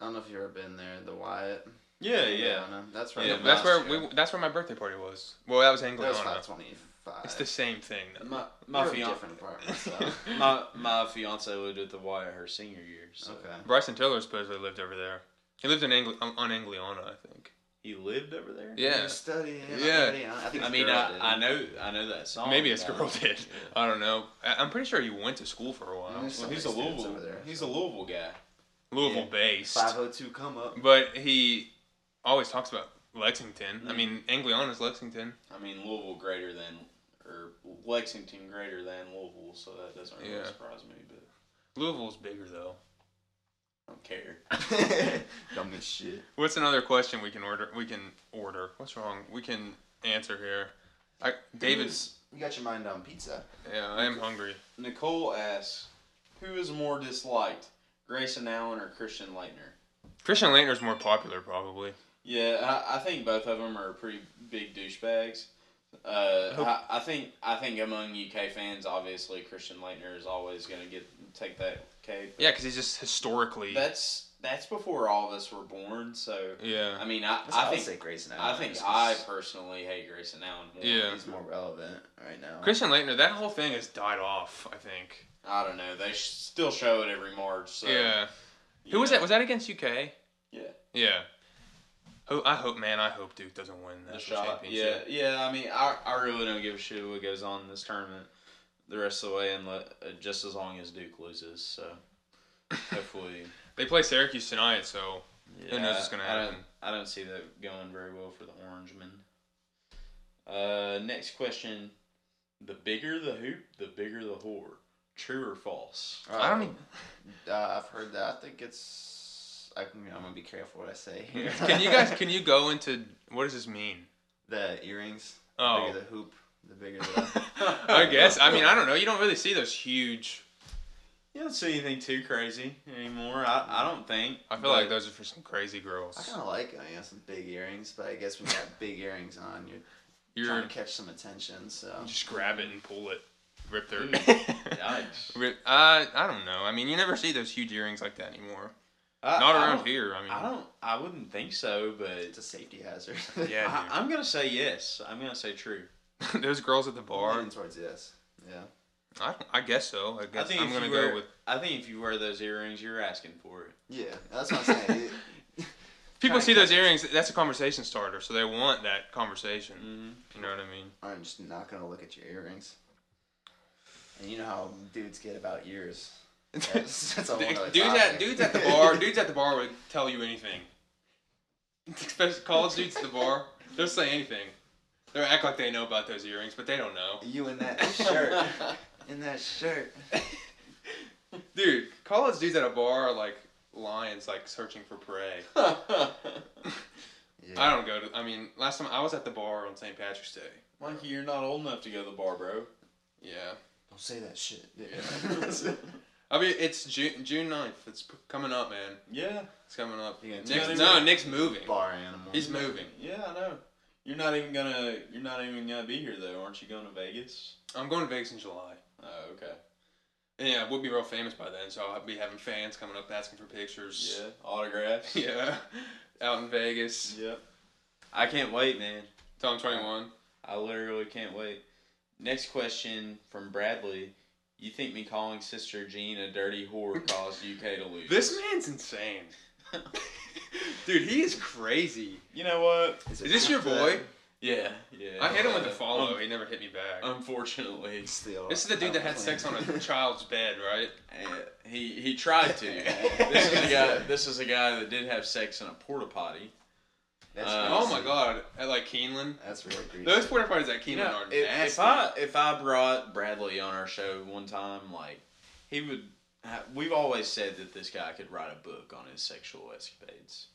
S3: I don't know if you've ever been there, the Wyatt.
S2: Yeah, yeah.
S3: Atlanta. That's right.
S2: Yeah,
S3: up
S1: That's
S3: last
S1: where
S3: year.
S1: we. That's where my birthday party was. Well, that was
S3: That was
S1: Angliana.
S3: five twenty-five.
S1: It's the same thing. Though.
S2: My
S3: my
S2: my fiance
S3: different apartment. So.
S2: my my fiance lived at the Wyatt her senior year, so
S3: okay.
S1: Bryson Tiller supposedly lived over there. He lived in Angli- on on Angliana, I think.
S2: he lived over there.
S1: Yeah.
S3: You study.
S1: Yeah.
S3: Yeah. I, think
S2: I
S3: it's
S2: mean,
S3: girl
S2: I,
S3: did.
S2: I know I know that
S3: Oh,
S2: song.
S1: Maybe his
S2: about
S1: girl
S2: it.
S1: did. I don't know. I- I'm pretty sure he went to school for a
S3: Yeah,
S1: while.
S3: there's
S2: Well,
S3: so
S2: he's a
S3: many students
S2: Louisville.
S3: over there.
S2: he's a Louisville guy.
S1: Louisville based.
S3: 502 come up.
S1: But he always talks about Lexington.
S2: Mm-hmm.
S1: I mean, Angliana's Lexington.
S2: I mean, Louisville greater than or Lexington greater than Louisville, so that doesn't really
S1: Yeah.
S2: surprise me. But
S1: Louisville's bigger, though.
S2: I don't care.
S3: Dumb as shit.
S1: What's another question we can order? We can order. What's wrong? We can answer here. I, David's.
S3: You got your mind on pizza.
S2: Mm.
S1: Yeah, I am hungry.
S2: Nicole asks, "Who is more disliked, Grayson Allen or Christian Leitner?"
S1: Christian Leitner's more popular, probably.
S2: Yeah, I, I think both of them are pretty big douchebags. Uh,
S1: hope-
S2: I, I think I think among UK fans, obviously Christian Leitner is always going to get take that cake.
S1: Yeah, because he's just historically.
S2: That's that's before all of us were born. So
S1: yeah.
S2: I mean, I,
S3: That's
S2: I
S3: how I
S2: think
S3: say Grayson
S2: I
S3: Allen.
S2: think
S3: It's
S2: I
S3: just-
S2: personally hate Grayson Allen more.
S1: Yeah.
S3: He's more relevant right now.
S1: Christian Leitner, that whole thing has died off, I think.
S2: I don't know. They sh- still show it every March. So
S1: yeah.
S2: you
S1: Who was
S2: know.
S1: that? Was that against UK?
S2: Yeah.
S1: Yeah. Ho- I hope, man, I hope Duke doesn't win the
S2: the shot. Yeah,
S1: championship.
S2: yeah. I mean, I, I really don't give a shit what goes on in this tournament the rest of the way, and let, uh, just as long as Duke loses. So hopefully,
S1: They play Syracuse tonight, so
S2: yeah,
S1: knows what's gonna
S2: I- I don't-
S1: happen.
S2: I don't see that going very well for the Orangemen. Uh, next question: The bigger the hoop, the bigger the whore. True or false?
S3: Uh,
S1: I don't even.
S3: Uh, I've heard that. I think it's. I mean, I'm gonna be careful what I say here.
S1: Can you guys? Can you go into what does this mean?
S3: the earrings. The
S1: Oh,
S3: bigger the hoop, the bigger the.
S1: I guess. I mean, I don't know. You don't really see those huge.
S2: You don't see anything too crazy anymore. I, I don't think.
S1: I feel
S2: but-
S1: like those are for some crazy
S3: I
S1: girls.
S3: kind of like I guess some big earrings, but I guess when you got big earrings on, you're,
S1: You're
S3: trying to catch some attention. So
S1: just grab it and pull it, rip their.
S2: Ooh, yikes.
S1: Rip, uh, I don't know. I mean, you never see those huge earrings like that anymore.
S2: I-
S1: Not
S2: I
S1: around
S2: don't-
S1: here. I mean,
S2: I don't. I wouldn't think so, but
S3: it's a safety hazard.
S1: Yeah,
S2: I, I'm gonna say yes. I'm gonna say true.
S1: dude. those girls at the bar.
S3: Leaning towards yes. Yeah.
S1: I, don't- I guess so. I
S2: I
S1: guess I
S2: think
S1: am
S2: if
S1: gonna
S2: you
S1: go
S2: wear,
S1: with.
S2: I think if you wear those earrings, you're asking for it.
S3: Yeah. That's what I'm saying. It-
S1: People
S3: kinda
S1: see those
S3: catch-
S1: earrings. That's a conversation starter, so they want that conversation.
S2: Mm-hmm.
S1: You know what I mean?
S3: I'm just not gonna look at your earrings. And you know how dudes get about ears. That's, that's a whole
S1: Dudes
S3: nother
S1: at
S3: topic.
S1: dudes at the bar, dudes at the bar would tell you anything. Especially college dudes at the bar, they'll say anything. They'll act like they know about those earrings, but they don't know.
S3: you in that shirt. in that shirt.
S1: Dude, college dudes at a bar are like lions, like searching for prey.
S3: Yeah.
S1: I don't go to. I mean, last time I was at the bar on St. Patrick's Day.
S2: Mikey, you're not old enough to go to the bar, bro.
S1: Yeah.
S3: Don't say that shit.
S1: Yeah. I mean, it's June June 9th. It's p- coming up, man.
S2: Yeah,
S1: It's coming up.
S3: You gonna
S1: Nick's,
S2: take
S1: no,
S2: it?
S1: Nick's moving.
S3: Bar animal.
S1: He's moving.
S2: yeah, I know. You're not even gonna. You're not even gonna be here though, aren't you? Going to Vegas?
S1: I'm going to Vegas in July.
S2: Oh, okay.
S1: And yeah, we'll be real famous by then, so I'll be having fans coming up asking for pictures.
S2: Yeah, autographs.
S1: Yeah. Out in Vegas.
S2: Yep. I can't wait, man.
S1: Tom 21.
S2: I literally can't wait. Next question from Bradley. You think me calling Sister Jean a dirty whore caused UK to lose?
S1: This man's insane. Dude, he is crazy.
S2: You know what?
S3: Is,
S1: Is this your boy?
S2: Yeah, yeah.
S1: I hit him with a
S2: Uh,
S1: follow.
S2: um,
S1: he never hit me back.
S2: unfortunately,
S3: It's the
S1: this is the dude that had sex on a child's bed, right?
S2: Uh, he he tried to. this is a guy. This is a guy that did have sex in a porta potty.
S3: That's
S2: Uh,
S1: oh
S3: crazy.
S1: my god. At like Keeneland.
S3: That's really greasy.
S1: Those porta potties at Keeneland
S2: You know,
S1: are
S2: if-
S1: nasty.
S2: if, I if I brought Bradley on our show one time, like he would. ha- We've always said that this guy could write a book on his sexual escapades.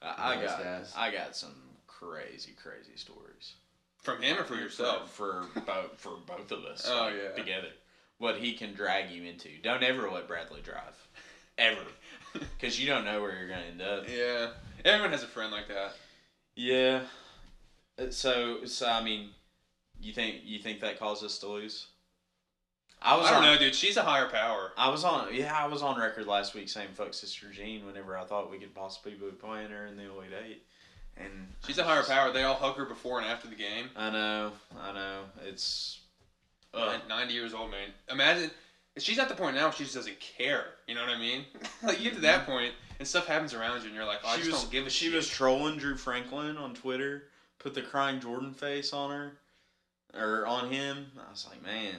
S2: I, I
S3: Nice
S2: got
S3: guys.
S2: I got some crazy crazy stories
S1: From him or for yourself?
S2: for both for both of us.
S1: Oh,
S2: like,
S1: yeah.
S2: together. What he can drag you into. Don't ever let Bradley drive, ever, because you don't know where you're gonna end up.
S1: Yeah. Everyone has a friend like that.
S2: Yeah. Uh, So so I mean, you think you think that caused us to lose? I was
S1: I don't
S2: on,
S1: know, dude. She's a higher power.
S2: I was on yeah, I was on record last week saying fuck Sister Jean whenever I thought we could possibly be playing her in the Elite Eight. And
S1: She's a higher power. They all hug her before and after the game.
S2: I know, I know. It's
S1: Nin- 90 years old, man. Imagine. She's at the point now where she just doesn't care. You know what I mean? like, you get to that point, and stuff happens around you, and you're like, oh, I
S2: she
S1: just
S2: was
S1: don't give a
S2: she
S1: shit.
S2: was trolling Drew Franklin on Twitter, put the crying Jordan face on her or on him. I was like, man.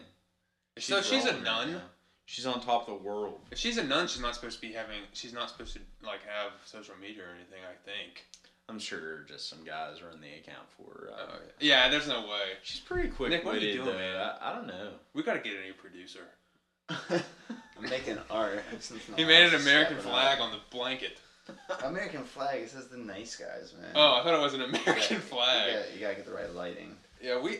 S1: So she's a
S2: rolling right
S1: nun?
S2: now. She's on top of the world.
S1: If she's a nun, she's not supposed to be having. She's not supposed to like have social media or anything. I think.
S2: I'm sure just some guys run the account for her. I-
S1: yeah, there's no way.
S2: She's pretty quick
S1: Nick, what are
S2: witted,
S1: you doing,
S2: though.
S1: man?
S2: I, I don't know.
S1: We gotta get a new producer.
S3: I'm making art. Since my
S1: He made an
S3: wife's
S1: American
S3: stepping
S1: flag on the blanket.
S3: up. American flag. It says the nice guys, man.
S1: Oh, I thought it was an
S3: You
S1: American
S3: gotta- You
S1: flag.
S3: gotta, you gotta get the right lighting.
S1: Yeah, we.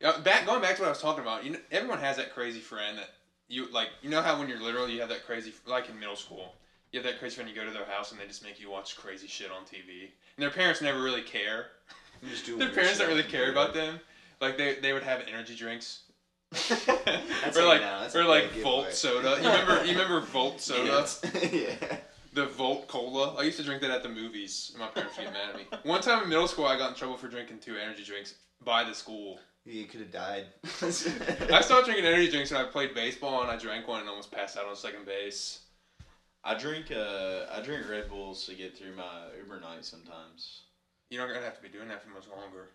S1: Yeah, back going back to what I was talking about. You know, everyone has that crazy friend that you like. You know how when you're literal, you have that crazy like in middle school. You have that crazy friend. You go to their house and they just make you watch crazy shit on TV, and their parents never really care.
S3: You just do
S1: Their
S3: weird
S1: parents
S3: shit
S1: don't really
S3: on
S1: care
S3: computer.
S1: about them. Like they, they would have energy drinks.
S3: That's
S1: or
S3: a-
S1: like
S3: no, that's a
S1: or
S3: bad
S1: like
S3: giveaway.
S1: Volt soda. You remember you remember Volt soda?
S3: Yeah.
S1: The Volt cola. I used to drink that at the movies. and My parents would get mad at me. One time in middle school, I got in trouble for drinking two energy drinks by the school.
S3: You could have died.
S1: I stopped drinking energy drinks when I played baseball, and I drank one and almost passed out on second base.
S2: I drink uh I drink Red Bulls to get through my Uber night sometimes.
S1: You're not gonna have to be doing that for much longer.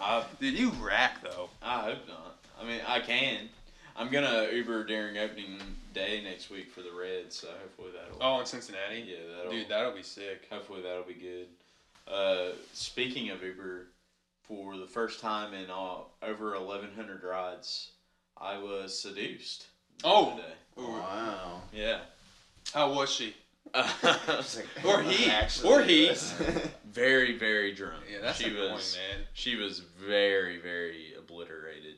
S2: I
S1: Dude, you rack though.
S2: I hope not. I mean I can. I'm gonna Uber during opening day next week for the Reds, so hopefully that'll
S1: Oh, in Cincinnati.
S2: yeah that'll
S1: Dude, that'll be sick.
S2: hopefully that'll be good. Uh, speaking of Uber, for the first time in uh, over 1,100 rides, I was seduced. the
S1: Oh.
S2: other day.
S1: Ooh,
S3: wow.
S2: yeah.
S1: how was she?
S3: It's like-
S1: Or he.
S3: Actually,
S1: Or he.
S3: yes.
S2: very very drunk.
S1: Yeah, that's
S2: she
S1: the point,
S2: was.
S1: man.
S2: She was very very obliterated.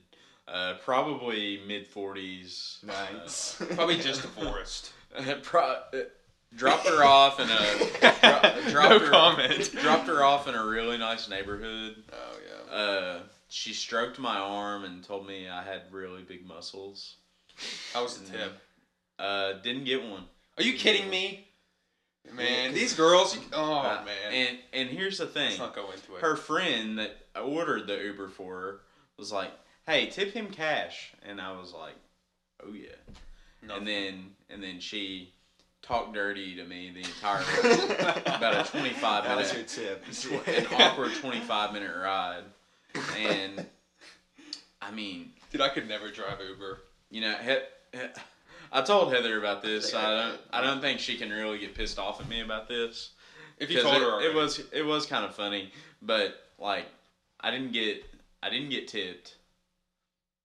S2: Uh, probably mid forties.
S3: nice.
S1: Probably just divorced.
S2: pro- uh, dropped her off in a dro- dropped her, Dropped her off in a really nice neighborhood.
S1: Oh yeah.
S2: Uh, she stroked my arm and told me I had really big muscles.
S1: How was the tip?
S2: Uh, didn't get one.
S1: Mm. Are you kidding me?
S3: Yeah,
S1: Man,
S3: 'cause-
S1: these girls. you- Oh
S2: Uh,
S1: man.
S2: And and here's the thing.
S1: Let's not go into it.
S2: her friend that ordered the Uber for her was like, "Hey, tip him cash," and I was like, "Oh yeah."
S1: No.
S2: And then and then she talked dirty to me the entire road, about a twenty five
S3: That was your
S2: minute
S3: tip.
S2: tw- an awkward twenty five minute ride, and I mean,
S1: dude, I could never drive Uber.
S2: you know, he- he- I told Heather about this.
S3: Yeah.
S2: I don't I don't think she can really get pissed off at me about this.
S1: If you
S2: Because
S1: told
S2: it,
S1: her, already.
S2: it was it was kind of funny, but like I didn't get I didn't get tipped,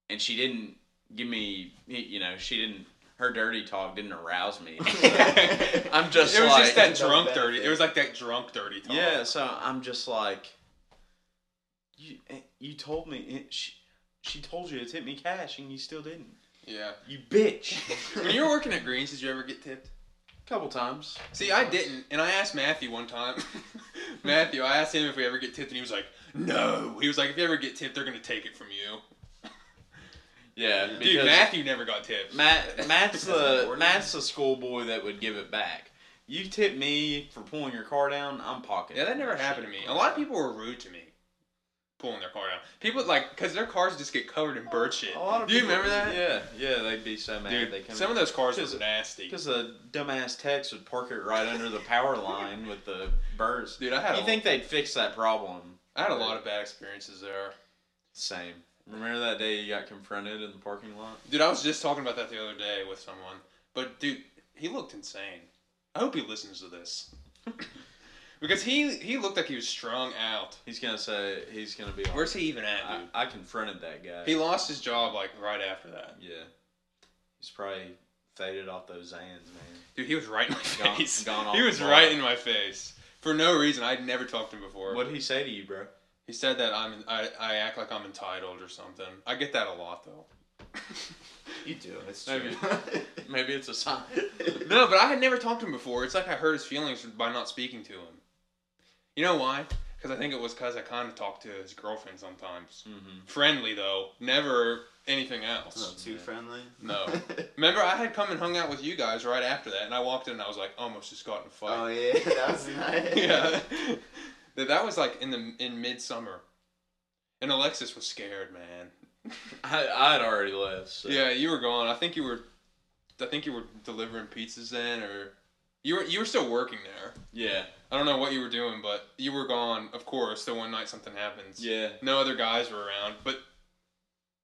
S2: and she didn't give me you know she didn't her dirty talk didn't arouse me. I'm
S1: It
S2: just
S1: was
S2: like
S1: just that
S3: No
S1: drunk
S3: benefit.
S1: dirty. It was like that drunk dirty talk.
S2: yeah, so I'm just like you you told eh, me it, she, She told you to tip me cash and you still didn't.
S1: Yeah.
S2: You bitch.
S1: When you were working at Greens, did you ever get tipped?
S2: Couple times.
S1: See, I didn't, and I asked Matthew one time. Matthew, I asked him if we ever get tipped, and he was like, "No." He was like, "If you ever get tipped, they're gonna take it from you."
S2: Yeah,
S1: Dude, Matthew never got tipped.
S2: Matt,
S1: That's
S2: Matt's the
S1: boring.
S2: Matt's the schoolboy that would give it back. You tip me for pulling your car down, I'm pocketing.
S1: Yeah, that never
S2: shit.
S1: happened to me. A lot of people were rude to me, pulling their car down. People like, cause their cars just get covered in bird shit.
S2: A lot of
S1: Do you
S2: people-
S1: remember that?
S2: Yeah, yeah, they'd be so mad. they
S1: Dude,
S2: come
S1: some of those cars
S2: Cause-
S1: were nasty.
S2: because the dumbass Tex would park it right under the power line with the burst.
S1: Dude, I had
S2: you
S1: a-
S2: think they'd fix that problem?
S1: I had a lot of bad experiences there.
S2: Same. Remember that day you got confronted in the parking lot?
S1: Dude, I was just talking about that the other day with someone. But dude, he looked insane. I hope he listens to this. because he he looked like he was strung out.
S2: He's gonna say he's gonna be.
S1: Where's he even at,
S2: I,
S1: dude?
S2: I confronted that guy.
S1: He lost his job like right after that.
S2: yeah, he's probably faded off those Zans, man.
S1: Dude, he was right in my
S2: Gone-
S1: face.
S2: gone off
S1: he was
S2: the ball.
S1: right in my face. For no reason. I'd never talked to him before.
S2: What would he say to you, bro?
S1: He said that I'm I, I act like I'm entitled or something. I get that a lot though.
S3: You do. It's true.
S2: Maybe. Maybe it's a sign.
S1: No, but I had never talked to him before. It's like I hurt his feelings by not speaking to him. You know why? Because I think it was because I kind of talked to his girlfriend sometimes.
S2: Mm-hmm.
S1: Friendly, though. Never anything
S3: Not
S1: else.
S3: too friendly.
S1: No. Remember, I had come and hung out with you guys right after that, and I walked in and I was like, almost just got in a
S3: oh
S1: fight.
S3: yeah, that was nice.
S1: yeah. That- that was like in the in midsummer. And Alexis was scared, man.
S2: I I had already left. So.
S1: Yeah, you were gone. I think you were, I think you were delivering pizzas then, or you were you were still working there.
S2: Yeah.
S1: I don't know what you were doing, but you were gone, of course. The one night something happens.
S2: Yeah.
S1: No other guys were around, but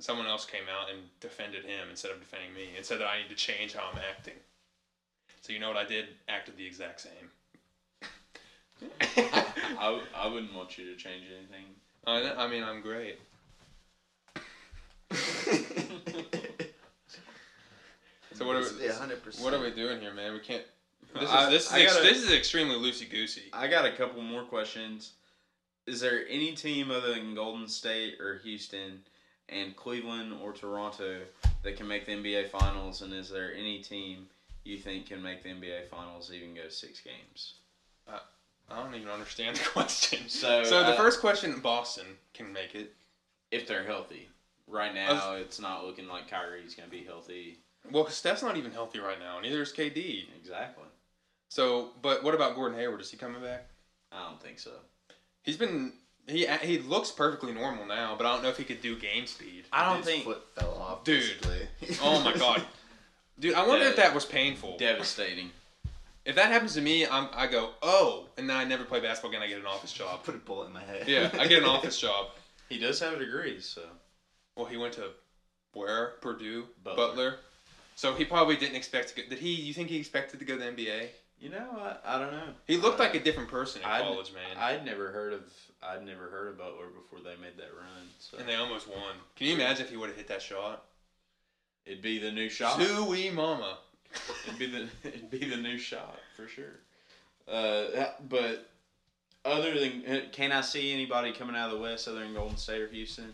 S1: someone else came out and defended him instead of defending me and said that I need to change how I'm acting. So you know what I did? Acted the exact same.
S2: I, I wouldn't want you to change anything.
S1: I, know- I mean, I'm great. So what are we,
S3: Yeah, hundred percent.
S1: what are we doing here, man? We can't. This is
S2: I-
S1: this is
S2: I
S1: ex-
S2: gotta-
S1: this is extremely loosey goosey.
S2: I got a couple more questions. Is there any team other than Golden State or Houston and Cleveland or Toronto that can make the NBA Finals? And is there any team you think can make the NBA Finals even go six games?
S1: I don't even understand the question.
S2: So,
S1: so the
S2: uh,
S1: first question, Boston can make it.
S2: If they're healthy. Right now, it's not looking like Kyrie's going to be healthy.
S1: Well, 'cause Steph's not even healthy right now. Neither is KD.
S2: Exactly.
S1: So, but what about Gordon Hayward? Is he coming back?
S2: I don't think so.
S1: He's been he he looks perfectly normal now, but I don't know if he could do game speed.
S2: I don't
S3: Dude's
S2: think
S3: Foot fell off.
S1: Dude.
S3: basically.
S1: Oh my god, dude! I wonder if that was painful.
S2: devastating.
S1: If that happens to me, I'm I go oh, and then I never play basketball again. I get an office job.
S3: Put a bullet in my head.
S1: Yeah, I get an office job.
S2: He does have a degree, so
S1: Well, he went to where Purdue
S2: Butler.
S1: Butler. So he probably didn't expect to go. Did he? You think he expected to go to the NBA?
S2: you know I, I don't know.
S1: He looked like a different person in
S2: Uh, I'd-
S1: college, man.
S2: I'd never heard of I'd never heard of Butler before they made that run. So
S1: and they almost won. Can you imagine if he would have hit that shot?
S2: it'd be the new shot.
S1: Suey mama.
S2: It'd be the it'd be the new shot for sure. Uh, that- but other than uh, can I see anybody coming out of the West other than Golden State or Houston?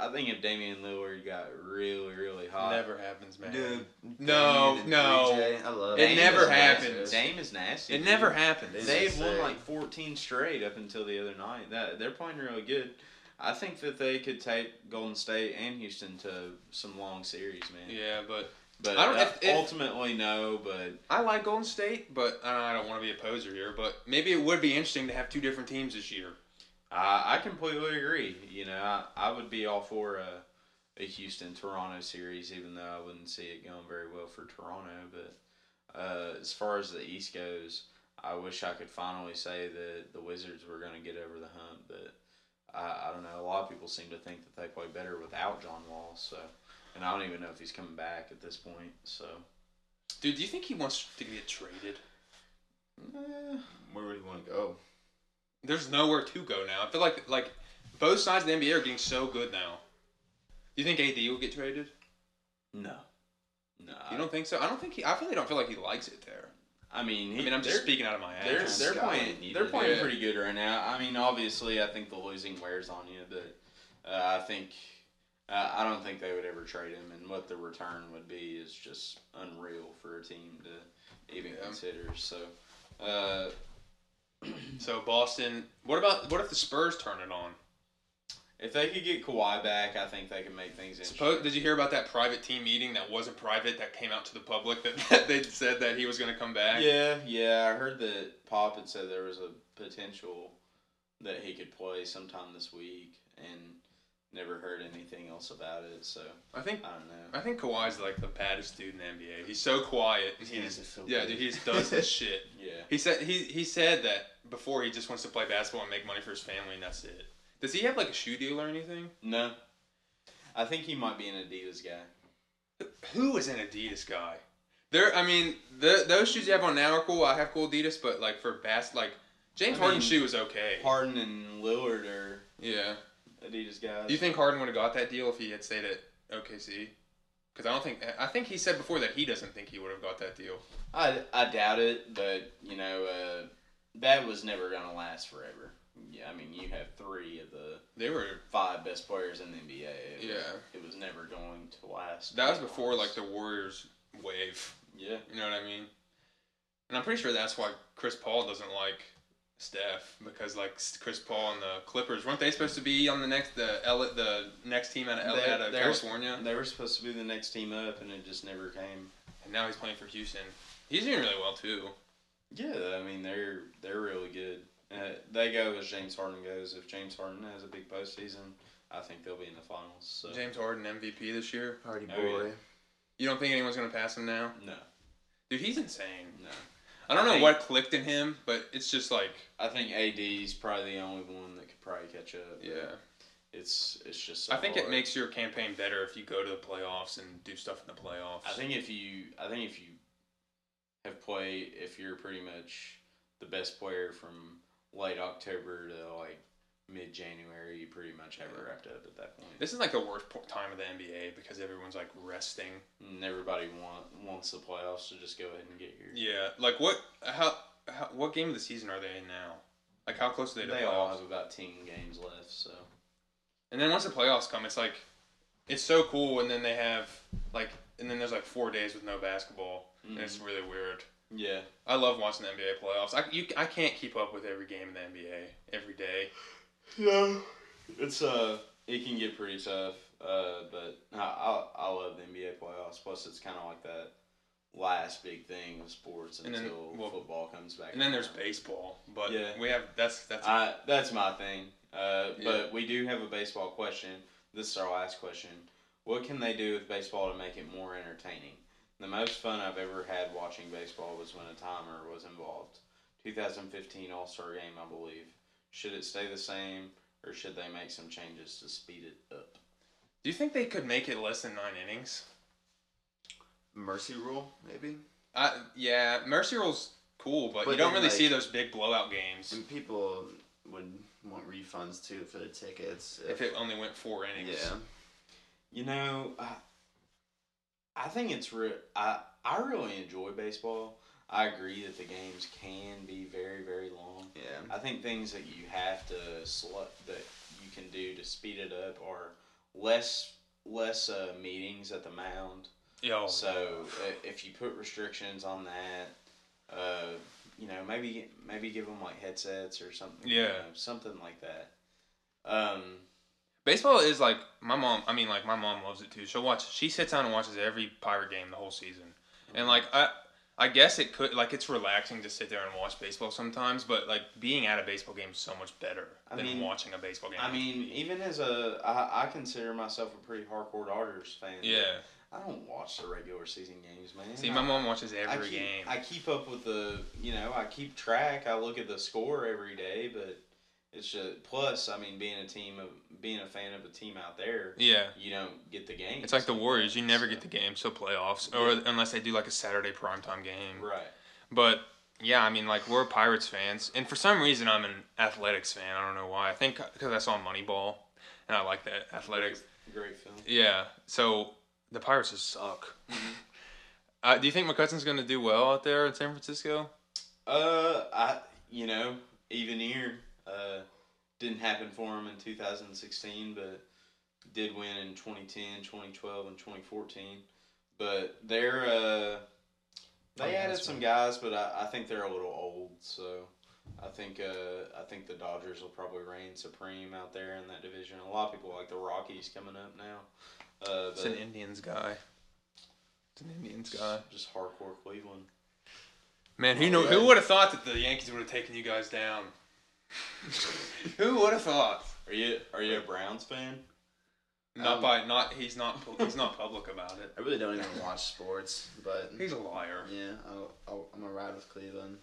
S2: I think if Damian Lillard got really really hot,
S1: Never happens, man.
S3: Dude.
S1: No,
S3: Damian and
S1: no.
S3: 3J, I love
S1: It
S2: Dame
S1: never
S2: is nasty.
S1: happens.
S2: Dame is nasty.
S1: It
S2: dude.
S1: never happens.
S3: They-
S2: They've won
S3: Insane.
S2: like 14 straight up until the other night. That they're playing really good. I think that they could take Golden State and Houston to some long series, man.
S1: yeah, but
S2: But
S1: I don't-
S2: uh,
S1: if- if-
S2: ultimately, no. But
S1: I like Golden State, but and I don't want to be a poser here. But maybe it would be interesting to have two different teams this year.
S2: I, I completely agree. You know, I, I would be all for a, a Houston Toronto series, even though I wouldn't see it going very well for Toronto. But uh, as far as the East goes, I wish I could finally say that the Wizards were going to get over the hump. But I, I don't know. A lot of people seem to think that they play better without John Wall. So, and I don't even know if he's coming back at this point. So,
S1: Dude, do you think he wants to get traded?
S2: eh,
S3: Where would you want to go?
S1: There's nowhere to go now. I feel like like both sides of the NBA are getting so good now. Do you think AD will get traded?
S2: no, no. I,
S1: You don't think so? I don't think he. I really don't feel like he likes it there.
S2: I mean, he,
S1: I mean, I'm just
S2: they're-
S1: speaking out of my ass.
S2: They're,
S3: Just
S2: they're
S3: got
S2: playing
S3: what you
S2: they're
S3: needed.
S2: playing
S1: Yeah.
S2: pretty good right now. I mean, obviously, I think the losing wears on you, but uh, I think Uh, I don't think they would ever trade him, and what the return would be is just unreal for a team to even
S1: Yeah.
S2: consider. So, uh,
S1: So Boston. What about what if the Spurs turn it on?
S2: if they could get Kawhi back, I think they can make things interesting.
S1: Suppo- did you hear about that private team meeting that wasn't private that came out to the public that, that they said that he was going to come back?
S2: Yeah, yeah. I heard that Pop had said there was a potential that he could play sometime this week, and never heard anything else about it. So
S1: I think
S2: I don't know.
S1: I think Kawhi's like the baddest dude in the NBA. He's so quiet. He
S3: hands
S1: just-
S3: are so
S1: yeah,
S3: big.
S1: dude, he just does his shit.
S2: Yeah,
S1: He said he he said that before he just wants to play basketball and make money for his family and that's it. Does he have like a shoe deal or anything?
S2: no. I think he might be an Adidas guy.
S1: Who is an Adidas guy? There, I mean, the, those shoes you have on now are cool. I have cool Adidas, but like for bas, like James
S2: I
S1: Harden's
S2: mean,
S1: shoe is okay.
S2: Harden and Lillard are
S1: yeah.
S2: Adidas guys.
S1: Do you think Harden would have got that deal if he had stayed at OKC? Because I don't think I think he said before that he doesn't think he would have got that deal.
S2: I, I doubt it, but you know uh, that was never gonna last forever. Yeah, I mean you have three of the
S1: They were
S2: five best players in the NBA. It was-
S1: Yeah.
S2: it was never going to last.
S1: that was before like the Warriors wave.
S2: yeah.
S1: You know what I mean? And I'm pretty sure that's why Chris Paul doesn't like Steph because like s- Chris Paul and the Clippers weren't they supposed to be on the next the L, the next team out of, L,
S2: They-
S1: out of
S2: they're-
S1: California
S2: They were supposed to be the next team up, and it just never came.
S1: and now he's playing for Houston. He's doing really well too.
S2: Yeah, I mean they're they're really good. Uh, they go as James Harden goes. If James Harden has a big postseason, I think they'll be in the finals. So
S1: James Harden MVP this year.
S3: Hardy
S2: Oh, yeah.
S3: boy.
S1: You don't think anyone's gonna pass him now,
S2: no,
S1: dude? He's insane.
S2: no.
S1: I don't
S2: I
S1: know
S2: think-
S1: what clicked in him, but it's just like
S2: I think AD's probably the only one that could probably catch up.
S1: yeah.
S2: It's it's just. So
S1: I think it
S2: hard.
S1: makes your campaign better if you go to the playoffs and do stuff in the playoffs.
S2: I think if you, I think if you have played, if you're pretty much the best player from late October to like mid January, you pretty much have it wrapped up at that point.
S1: this is like the worst po- time of the NBA because everyone's like resting.
S2: and everybody want, wants the playoffs to just go ahead and get here.
S1: Yeah, like what? How? how what game of the season are they in now? Like how close are they to
S2: They
S1: playoffs?
S2: all have about ten games left, so
S1: And then once the playoffs come, it's like it's so cool. And then they have like, and then there's like four days with no basketball, and it's really weird.
S2: yeah,
S1: I love watching the NBA playoffs. I you, I can't keep up with every game in the NBA every day.
S2: yeah, it's uh, it can get pretty tough. Uh, but I I, I love the NBA playoffs. Plus, it's kind of like that last big thing of sports
S1: And then-
S2: until
S1: well,
S2: football comes back.
S1: And then there's
S2: around.
S1: baseball, but
S2: Yeah.
S1: we have that's that's
S2: I, that's my thing. Uh,
S1: Yeah.
S2: But we do have a baseball question. This is our last question. What can they do with baseball to make it more entertaining? The most fun I've ever had watching baseball was when a timer was involved. 2015 All Star game, I believe. Should it stay the same, or should they make some changes to speed it up?
S1: Do you think they could make it less than nine innings?
S3: Mercy rule, maybe?
S1: Uh, yeah, mercy rule's cool, but,
S3: But
S1: you don't
S3: then,
S1: really see
S3: like-
S1: those big blowout games
S3: And people would want refunds too for the tickets.
S1: if it only went four innings.
S3: yeah.
S2: You know, I, I think it's real. I I really enjoy baseball. I agree that the games can be very very long.
S3: Yeah.
S2: I think things that you have to select that you can do to speed it up are less less uh, meetings at the mound.
S1: Yo,
S2: So uh, if you put restrictions on that, uh, you know maybe maybe give them like headsets or something. you
S1: Yeah.
S2: know, something like that. Um,
S1: baseball is like my mom. I mean, like my mom loves it too. She'll watch. She sits down and watches every pirate game the whole season. And
S2: Mm-hmm.
S1: like I, I guess it could like it's relaxing to sit there and watch baseball sometimes. But like being at a baseball game is so much better
S2: I
S1: than
S2: mean-
S1: watching a baseball game.
S2: I mean, even as a, I, I consider myself a pretty hardcore Dodgers fan. but
S1: yeah.
S2: I don't watch the regular season games, man.
S1: See,
S2: I-
S1: my mom watches
S2: I
S1: every
S2: keep,
S1: game.
S2: I keep up with the, you know, I keep track. I look at the score every day, but it's just plus. I mean, being a team of being a fan of a team out there,
S1: yeah.
S2: you don't get the game.
S1: It's like the Warriors. You never get the game till playoffs, or unless they do like a Saturday primetime game.
S2: right.
S1: But yeah, I mean, like we're Pirates fans, and for some reason I'm an athletics fan. I don't know why. I think because I saw Moneyball, and I like that athletics.
S2: Great film.
S1: Yeah. So the Pirates just suck. uh, do you think McCutcheon's gonna do well out there in San Francisco?
S2: Uh, I you know even here, uh, didn't happen for him in 2016, but did win in 2010, 2012, and 2014. But they're uh, they
S4: Oh, yeah,
S2: added
S4: that's
S2: some
S4: right.
S2: guys, but I, I think they're a little old. So I think uh, I think the Dodgers will probably reign supreme out there in that division. A lot of people like the Rockies coming up now. Uh,
S1: It's
S2: but
S1: an Indians guy. It's an Indians guy.
S2: just hardcore Cleveland.
S1: Man, who know? Who would have thought that the Yankees would have taken you guys down? who would have thought?
S2: Are you are you a Browns fan?
S1: Not
S3: Um,
S1: by not. He's not. pu- He's not public about it.
S3: I really don't even watch sports, but
S1: He's a liar.
S3: yeah, I'll, I'll, I'm gonna ride with Cleveland.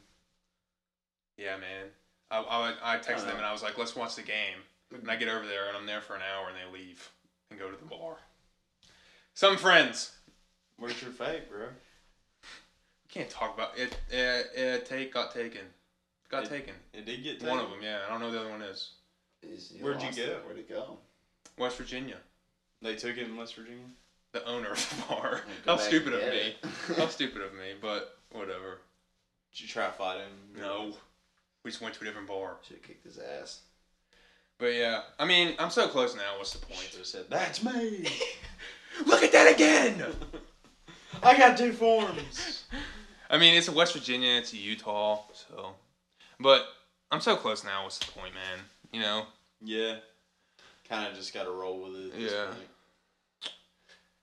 S1: Yeah, man. I I, would- I texted
S3: Uh.
S1: them and I was like, let's watch the game. And I get over there and I'm there for an hour and they leave and go to the bar. Some friends.
S2: Where's your fake, bro?
S1: Can't talk about it. It, it take got taken. Got
S2: It-
S1: taken.
S2: It did get
S1: One
S2: taken.
S1: of them. Yeah, I don't know the other one is.
S3: Is-
S2: Where'd you
S3: lost
S2: go?
S3: Where'd it go?
S1: West Virginia.
S2: They took it in West Virginia.
S1: The owner of the bar.
S3: I'll go
S1: How
S3: back
S1: stupid of
S3: and get
S1: me.
S3: it.
S1: How stupid of me. But whatever.
S2: Did you try to fight him?
S1: No. We just went to a different bar.
S3: Should have kicked his ass.
S1: But yeah, I mean, I'm so close now. What's the
S2: Should
S1: point?
S2: have said that's me.
S1: Look at that again.
S2: I got two forms.
S1: I mean, it's West Virginia, it's Utah, so. But I'm so close now. What's the point, man? You know,
S2: yeah. Kind of just got to roll with it. At this
S1: Yeah.
S2: Point.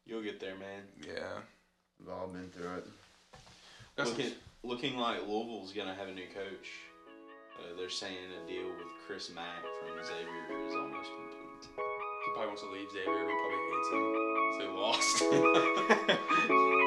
S2: You'll get there, man.
S1: yeah.
S3: We've all been through it.
S1: That's-
S2: Looking, looking like Louisville's gonna have a new coach. Uh, they're saying a deal with Chris Mack from Xavier is almost complete.
S1: He probably wants to leave Xavier. He probably hates him. So they lost.